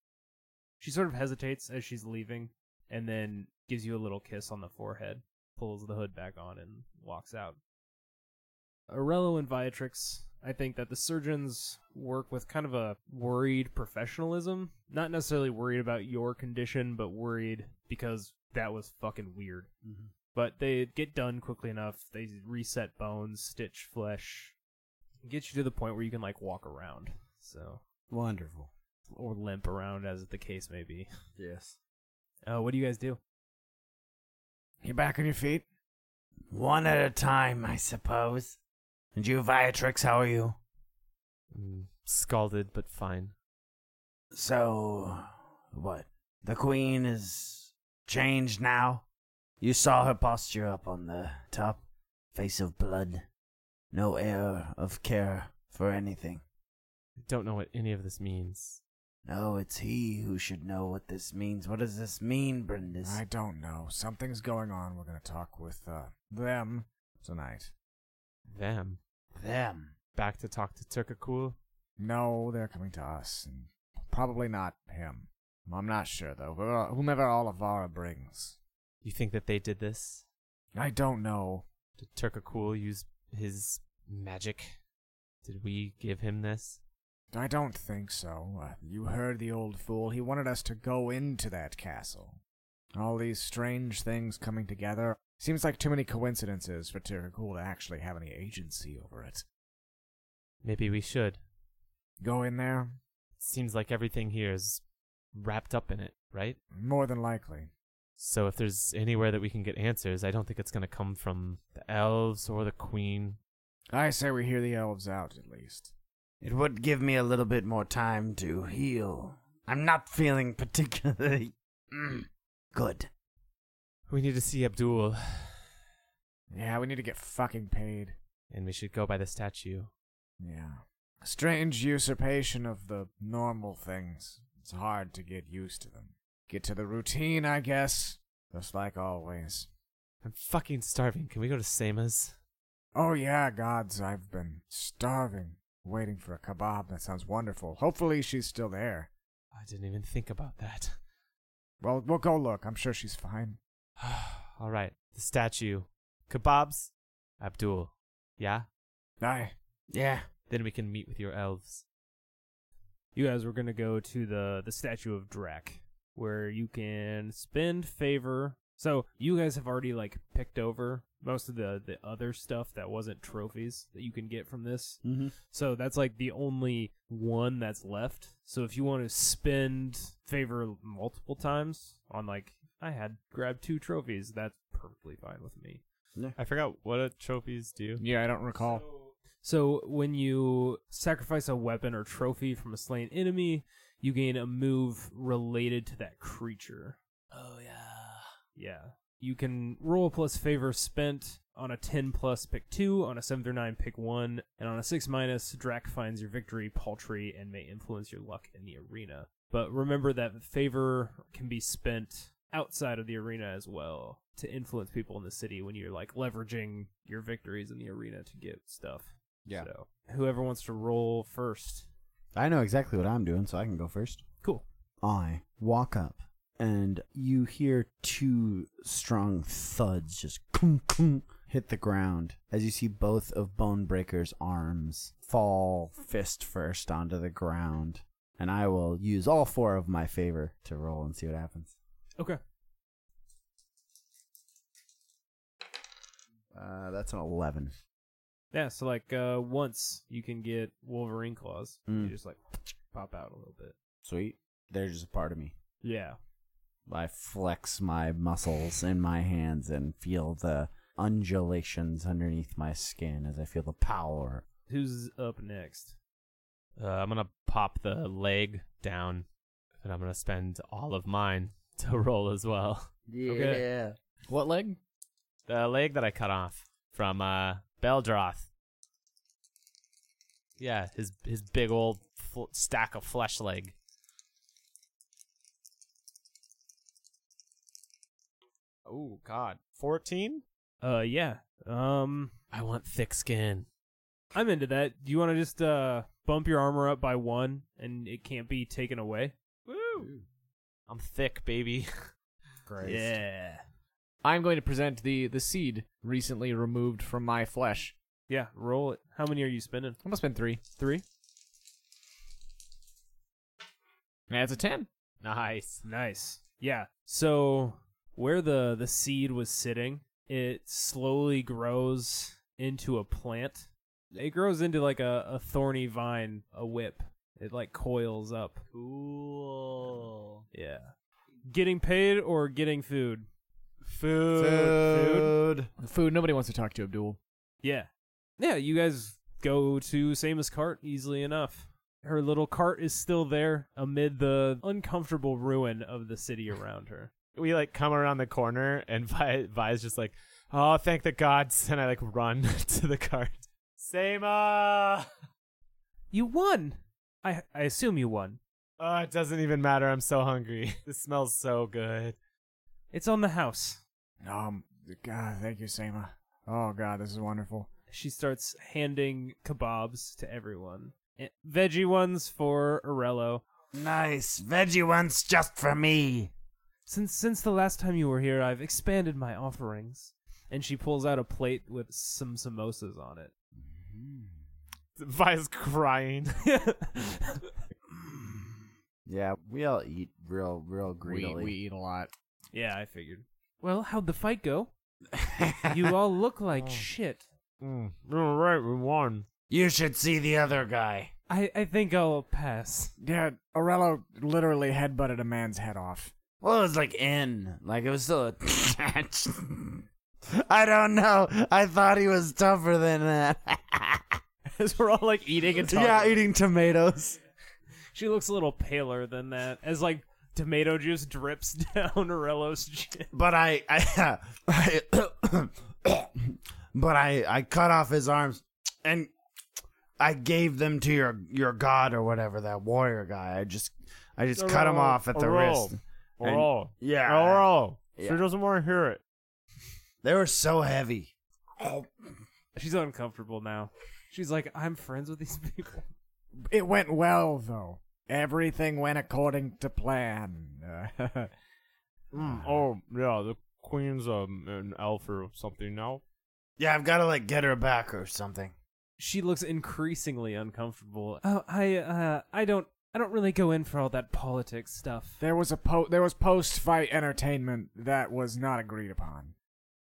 Speaker 4: She sort of hesitates as she's leaving and then gives you a little kiss on the forehead. pulls the hood back on and walks out. Arello and Viatrix, I think that the surgeons work with kind of a worried professionalism. Not necessarily worried about your condition, but worried because that was fucking weird.
Speaker 1: Mm-hmm.
Speaker 4: But they get done quickly enough. They reset bones, stitch flesh, get you to the point where you can like walk around. So
Speaker 1: Wonderful.
Speaker 4: or limp around as the case may be.
Speaker 1: Yes.
Speaker 4: Uh, what do you guys do?
Speaker 8: You back on your feet? One at a time, I suppose. And you, Viatrix, how are you?
Speaker 3: Mm, scalded, but fine.
Speaker 8: So, what? The queen is changed now? You saw her posture up on the top. Face of blood. No air of care for anything.
Speaker 3: Don't know what any of this means.
Speaker 8: No, it's he who should know what this means. What does this mean, Brindis?
Speaker 2: I don't know. Something's going on. We're gonna talk with uh, them tonight.
Speaker 3: Them.
Speaker 8: Them.
Speaker 3: Back to talk to Turkakul.
Speaker 2: No, they're coming to us, and probably not him. I'm not sure though. Whoever- Whomever Olivara brings,
Speaker 3: You think that they did this?
Speaker 2: I don't know.
Speaker 3: Did Turkakul use his magic? Did we give him this?
Speaker 2: I don't think so. Uh, you heard the old fool. He wanted us to go into that castle. All these strange things coming together seems like too many coincidences for Tiragul to actually have any agency over it.
Speaker 3: Maybe we should.
Speaker 2: Go in there,
Speaker 3: Seems like everything here is wrapped up in it, right?
Speaker 2: more than likely.
Speaker 3: So if there's anywhere that we can get answers, I don't think it's going to come from the elves or the queen.
Speaker 2: I say we hear the elves out at least.
Speaker 8: It would give me a little bit more time to heal. I'm not feeling particularly mm, good.
Speaker 3: We need to see Abdul,
Speaker 2: Yeah, we need to get fucking paid.
Speaker 3: and we should go by the statue.
Speaker 2: Yeah. Strange usurpation of the normal things. It's hard to get used to them. Get to the routine, I guess. Just like always.
Speaker 3: I'm fucking starving. Can we go to Sama's?
Speaker 2: Oh yeah, gods, I've been starving, waiting for a kebab. That sounds wonderful. Hopefully she's still there.
Speaker 3: I didn't even think about that.
Speaker 2: Well, we'll go look. I'm sure she's fine.
Speaker 3: All right, the statue. Kebabs? Abdul. Yeah?
Speaker 2: Aye.
Speaker 8: Yeah.
Speaker 3: Then we can meet with your elves.
Speaker 4: You guys were gonna go to the the statue of Drac, where you can spend favor. So you guys have already like picked over most of the the other stuff that wasn't trophies that you can get from this.
Speaker 1: Mm-hmm.
Speaker 4: So that's like the only one that's left. So if you want to spend favor multiple times on like I had grabbed two trophies, that's perfectly fine with me.
Speaker 3: I forgot what a trophies do.
Speaker 2: Yeah, I don't recall.
Speaker 4: So when you sacrifice a weapon or trophy from a slain enemy, you gain a move related to that creature.
Speaker 3: Oh, yeah.
Speaker 4: Yeah. You can roll plus favor spent on a 10 plus pick 2, on a 7 through 9 pick 1, and on a 6 minus, Drac finds your victory paltry and may influence your luck in the arena. But remember that favor can be spent outside of the arena as well to influence people in the city when you're like leveraging your victories in the arena to get stuff.
Speaker 1: Yeah.
Speaker 4: So whoever wants to roll first.
Speaker 1: I know exactly what I'm doing, so I can go first.
Speaker 4: Cool.
Speaker 1: I walk up, and you hear two strong thuds just kung, kung, hit the ground as you see both of Bonebreaker's arms fall fist first onto the ground. And I will use all four of my favor to roll and see what happens.
Speaker 4: Okay.
Speaker 1: Uh, that's an 11.
Speaker 4: Yeah, so like uh once you can get Wolverine claws. You
Speaker 1: Mm.
Speaker 4: just like pop out a little bit.
Speaker 1: Sweet. They're just a part of me.
Speaker 4: Yeah.
Speaker 1: I flex my muscles in my hands and feel the undulations underneath my skin as I feel the power.
Speaker 4: Who's up next?
Speaker 3: Uh, I'm going to pop the leg down, and I'm going to spend all of mine to roll as well.
Speaker 1: Yeah.
Speaker 4: Okay. What leg?
Speaker 3: The leg that I cut off from uh, Beldroth. Yeah, his his big old fl- stack of flesh leg. Oh God, fourteen.
Speaker 4: Uh yeah. Um
Speaker 3: I want thick skin.
Speaker 4: I'm into that. Do you want to just uh bump your armor up by 1 and it can't be taken away?
Speaker 3: Woo! I'm thick, baby.
Speaker 4: Yeah.
Speaker 2: I'm going to present the the seed recently removed from my flesh.
Speaker 4: Yeah, roll it. How many are you spending?
Speaker 2: I must spend three.
Speaker 4: Three.
Speaker 2: That's a ten.
Speaker 3: Nice.
Speaker 4: Nice. Yeah. So where the the seed was sitting, it slowly grows into a plant. It grows into like a, a thorny vine, a whip. It like coils up.
Speaker 3: Cool.
Speaker 4: Yeah. Getting paid or getting food? Food.
Speaker 1: Food.
Speaker 2: Food. Nobody wants to talk to Abdul.
Speaker 4: Yeah. Yeah, you guys go to Samus cart easily enough. Her little cart is still there amid the uncomfortable ruin of the city around her.
Speaker 3: We like come around the corner and Vi Vi's just like, oh, thank the gods, and I like run to the cart. uh, Sama.
Speaker 4: You won. I I assume you won.
Speaker 3: Oh, it doesn't even matter. I'm so hungry. This smells so good.
Speaker 4: It's on the house.
Speaker 2: Um. God, thank you, Sama. Oh God, this is wonderful.
Speaker 4: She starts handing kebabs to everyone. Eh, Veggie ones for Arello.
Speaker 8: Nice. Veggie ones just for me.
Speaker 4: Since since the last time you were here, I've expanded my offerings. And she pulls out a plate with some samosas on it.
Speaker 3: Vi's crying.
Speaker 1: Yeah, we all eat real, real
Speaker 2: We,
Speaker 1: greedily.
Speaker 2: we eat a lot.
Speaker 4: yeah, I figured. Well, how'd the fight go? you all look like
Speaker 2: Oh.
Speaker 4: shit.
Speaker 3: Mm, you were right. We won.
Speaker 8: You should see the other guy.
Speaker 4: I, I think I'll pass.
Speaker 2: Yeah, Orello literally headbutted a man's head off.
Speaker 8: Well, it was like in, like it was still. A I don't know. I thought he was tougher than that.
Speaker 2: As we're all like eating and talking.
Speaker 8: yeah, eating tomatoes.
Speaker 4: She looks a little paler than that, as like tomato juice drips down Arello's chin.
Speaker 8: But I, I, but I, I cut off his arms and I gave them to your your god or whatever that warrior guy. I just, I just cut him off at the wrist. And-
Speaker 3: Oral.
Speaker 8: Yeah.
Speaker 3: Oral.
Speaker 8: Yeah.
Speaker 3: She doesn't want to hear it.
Speaker 8: They were so heavy.
Speaker 4: She's uncomfortable now. She's like, I'm friends with these people.
Speaker 2: It went well though. Everything went according to plan. Uh,
Speaker 3: Oh yeah, the queen's um an elf or something now.
Speaker 8: Yeah, I've got to like get her back or something.
Speaker 4: She looks increasingly uncomfortable. Oh, I, uh, I don't, I don't really go in for all that politics stuff.
Speaker 2: there was a po- there was post fight entertainment that was not agreed upon.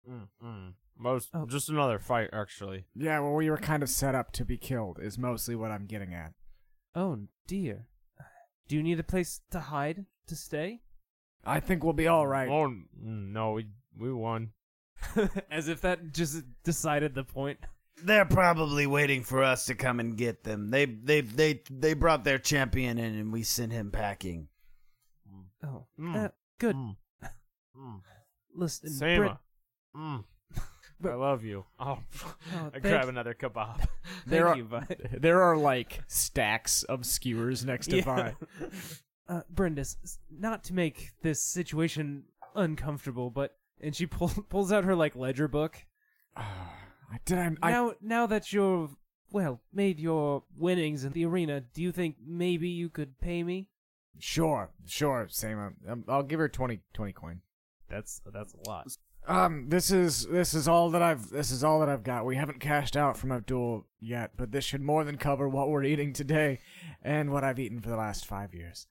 Speaker 3: Mm-mm. Most
Speaker 4: Oh.
Speaker 3: just another fight actually.
Speaker 2: Yeah, well, we were kind of set up to be killed. Is mostly what I'm getting at.
Speaker 4: Oh dear. Do you need a place to hide to stay?
Speaker 2: I think we'll be all right.
Speaker 3: Oh n- no, we we won.
Speaker 4: As if that just decided the point.
Speaker 8: They're probably waiting for us to come and get them. They they they they brought their champion in and we sent him packing.
Speaker 4: Oh,
Speaker 2: Hmm.
Speaker 3: Mm.
Speaker 4: uh, good.
Speaker 3: Mm. Mm.
Speaker 4: Listen, Brit-
Speaker 3: Sama. Mm. I love you. Oh,
Speaker 4: Oh,
Speaker 3: I
Speaker 4: thank-
Speaker 3: grab another kebab.
Speaker 4: Thank
Speaker 2: There are-
Speaker 4: you, Vi.
Speaker 2: There are like stacks of skewers next to
Speaker 4: Yeah.
Speaker 2: Vi.
Speaker 4: Uh, Brindis, s- not to make this situation uncomfortable, but and she pull, pulls out her like ledger book.
Speaker 2: I Did I? I
Speaker 4: now, now that you're well made your winnings in the arena, do you think maybe you could pay me?
Speaker 2: sure, sure, Sama. Um, I'll give her 20, 20 coin.
Speaker 4: That's that's a lot.
Speaker 2: Um, this is this is all that I've this is all that I've got. We haven't cashed out from Abdul yet, but this should more than cover what we're eating today, and what I've eaten for the last five years.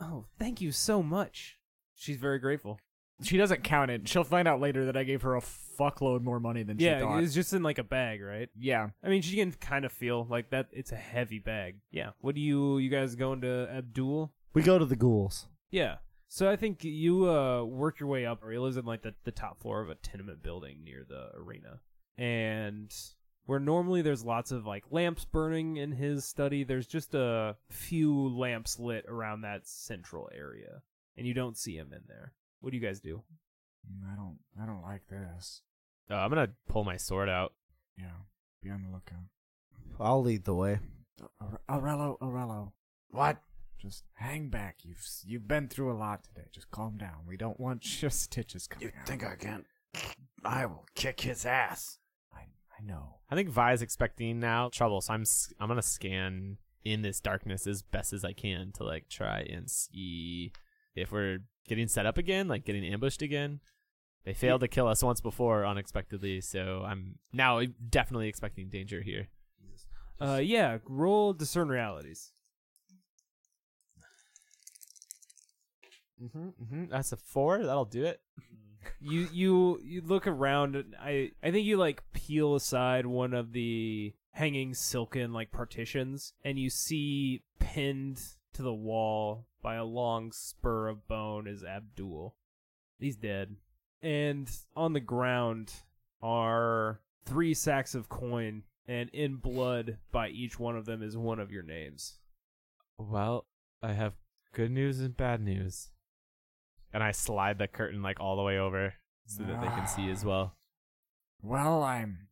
Speaker 4: Oh, thank you so much. She's very grateful.
Speaker 2: She doesn't count it. She'll find out later that I gave her a fuckload more money than she
Speaker 4: yeah,
Speaker 2: thought.
Speaker 4: it's just in like a bag, right?
Speaker 2: yeah.
Speaker 4: I mean, she can kind of feel like that. It's a heavy bag. Yeah. What do you you guys going to Abdul?
Speaker 1: We go to the ghouls.
Speaker 4: Yeah. So I think you uh, work your way up. He lives in like the, the top floor of a tenement building near the arena, and where normally there's lots of like lamps burning in his study, there's just a few lamps lit around that central area, and you don't see him in there. What do you guys do?
Speaker 2: Mm, I don't I don't like this.
Speaker 3: Uh, I'm gonna pull my sword out.
Speaker 2: Yeah. Be on the lookout.
Speaker 1: I'll lead the way.
Speaker 2: Ore- Orello, Orello,
Speaker 8: What?
Speaker 2: just hang back. You've s- you've been through a lot today. Just calm down. We don't want your stitches coming
Speaker 8: You
Speaker 2: out.
Speaker 8: think I can? I will kick his ass.
Speaker 2: I I know.
Speaker 3: I think Vi's expecting now trouble, so I'm s- I'm gonna scan in this darkness as best as I can to like try and see if we're getting set up again, like getting ambushed again. They failed to kill us once before unexpectedly, so I'm now definitely expecting danger here.
Speaker 4: Uh, yeah, roll discern realities.
Speaker 3: Mm-hmm, mm-hmm. That's a four. That'll do it.
Speaker 4: you you you look around and i i think you like peel aside one of the hanging silken like partitions and you see pinned to the wall by a long spur of bone is abdul he's dead and on the ground are three sacks of coin and in blood by each one of them is one of your names
Speaker 3: Well, I have good news and bad news. And I slide the curtain like all the way over so that they can see as well.
Speaker 2: Well, I'm.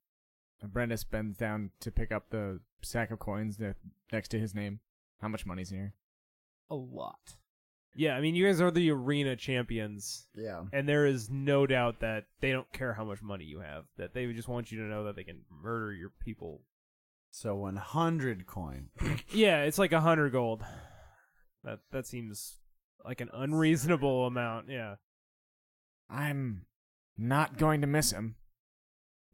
Speaker 2: And Brendis bends down to pick up the sack of coins that next to his name. How much money's in here?
Speaker 4: a lot yeah i mean you guys are the arena champions
Speaker 1: Yeah.
Speaker 4: And there is no doubt that they don't care how much money you have, that they just want you to know that they can murder your people.
Speaker 1: So 100 coin.
Speaker 4: Yeah, it's like a hundred gold. That that seems like an unreasonable amount. Yeah.
Speaker 2: I'm not going to miss him.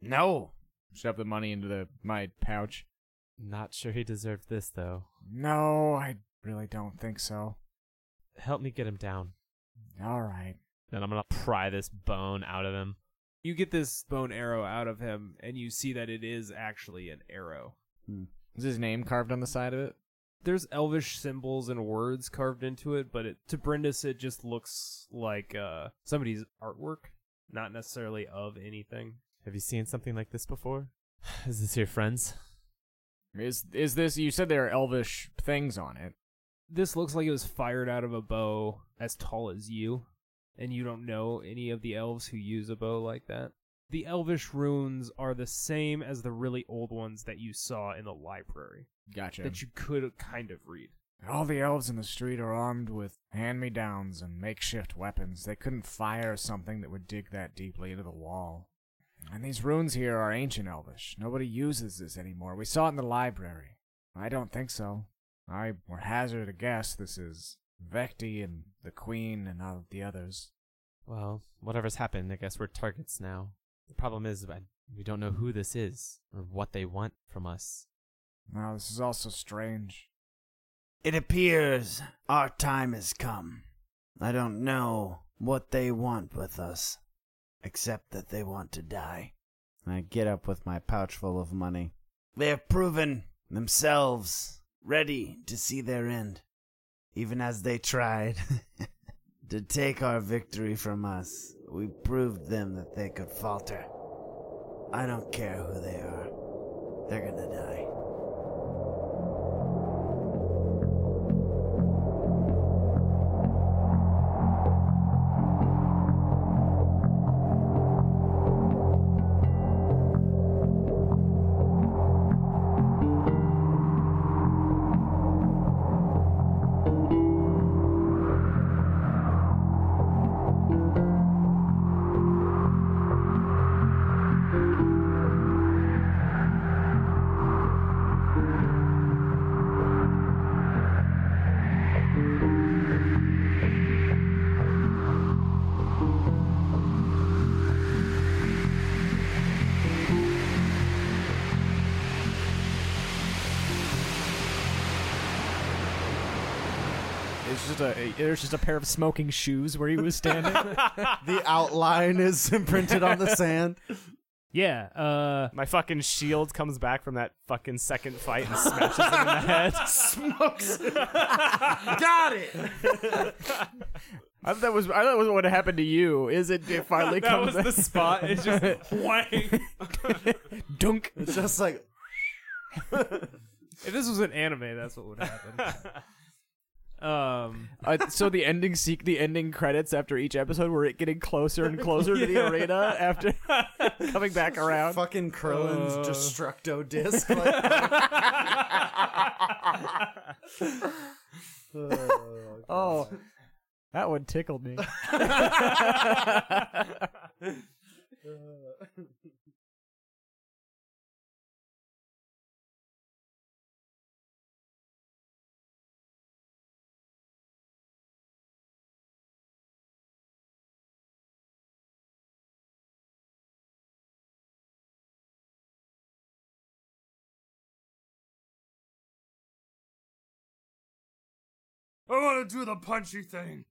Speaker 8: No.
Speaker 2: Shove the money into the my pouch.
Speaker 3: Not sure he deserved this though.
Speaker 2: No, I really don't think so.
Speaker 3: Help me get him down.
Speaker 2: All right.
Speaker 3: Then I'm gonna pry this bone out of him.
Speaker 4: You get this bone arrow out of him, and you see that it is actually an arrow.
Speaker 2: Is his name carved on the side of it?
Speaker 4: There's elvish symbols and words carved into it, but it, to Brindis, it just looks like uh, somebody's artwork, not necessarily of anything.
Speaker 3: Have you seen something like this before? Is this your friends?
Speaker 2: Is is this? You said there are elvish things on it.
Speaker 4: this looks like it was fired out of a bow as tall as you, and you don't know any of the elves who use a bow like that. The elvish runes are the same as the really old ones that you saw in the library
Speaker 2: Gotcha.
Speaker 4: that you could kind of read.
Speaker 2: All the elves in the street are armed with hand me downs and makeshift weapons. They couldn't fire something that would dig that deeply into the wall. And these runes here are ancient elvish. Nobody uses this anymore. We saw it in the library. I don't think so. I would hazard a guess this is Vecti and the Queen and all the others.
Speaker 3: Well, whatever's happened, I guess we're targets now. The problem is I, we don't know who this is or what they want from us.
Speaker 2: Now, this is also strange.
Speaker 8: It appears our time has come. I don't know what they want with us, except that they want to die.
Speaker 1: I get up with my pouch full of money.
Speaker 8: They have proven themselves ready to see their end, even as they tried to take our victory from us. We proved them that they could falter. I don't care who they are, they're gonna die.
Speaker 2: It's just a, there's just a pair of smoking shoes where he was standing.
Speaker 1: The outline is imprinted on the sand.
Speaker 4: Yeah, uh,
Speaker 3: My fucking shield comes back from that fucking second fight and smashes him in the head.
Speaker 8: Got it!
Speaker 2: I thought that was I thought that was what happened to you. Is it, it finally
Speaker 3: that was the spot. It's just whang.
Speaker 2: dunk.
Speaker 1: It's just like,
Speaker 4: if this was an anime, that's what would happen. um,
Speaker 2: Uh, so the ending seek the ending credits after each episode were it getting closer and closer to the arena after coming back around.
Speaker 1: fucking Krillin's destructo disc.
Speaker 2: Oh, that one tickled me.
Speaker 4: I want to do the punchy thing.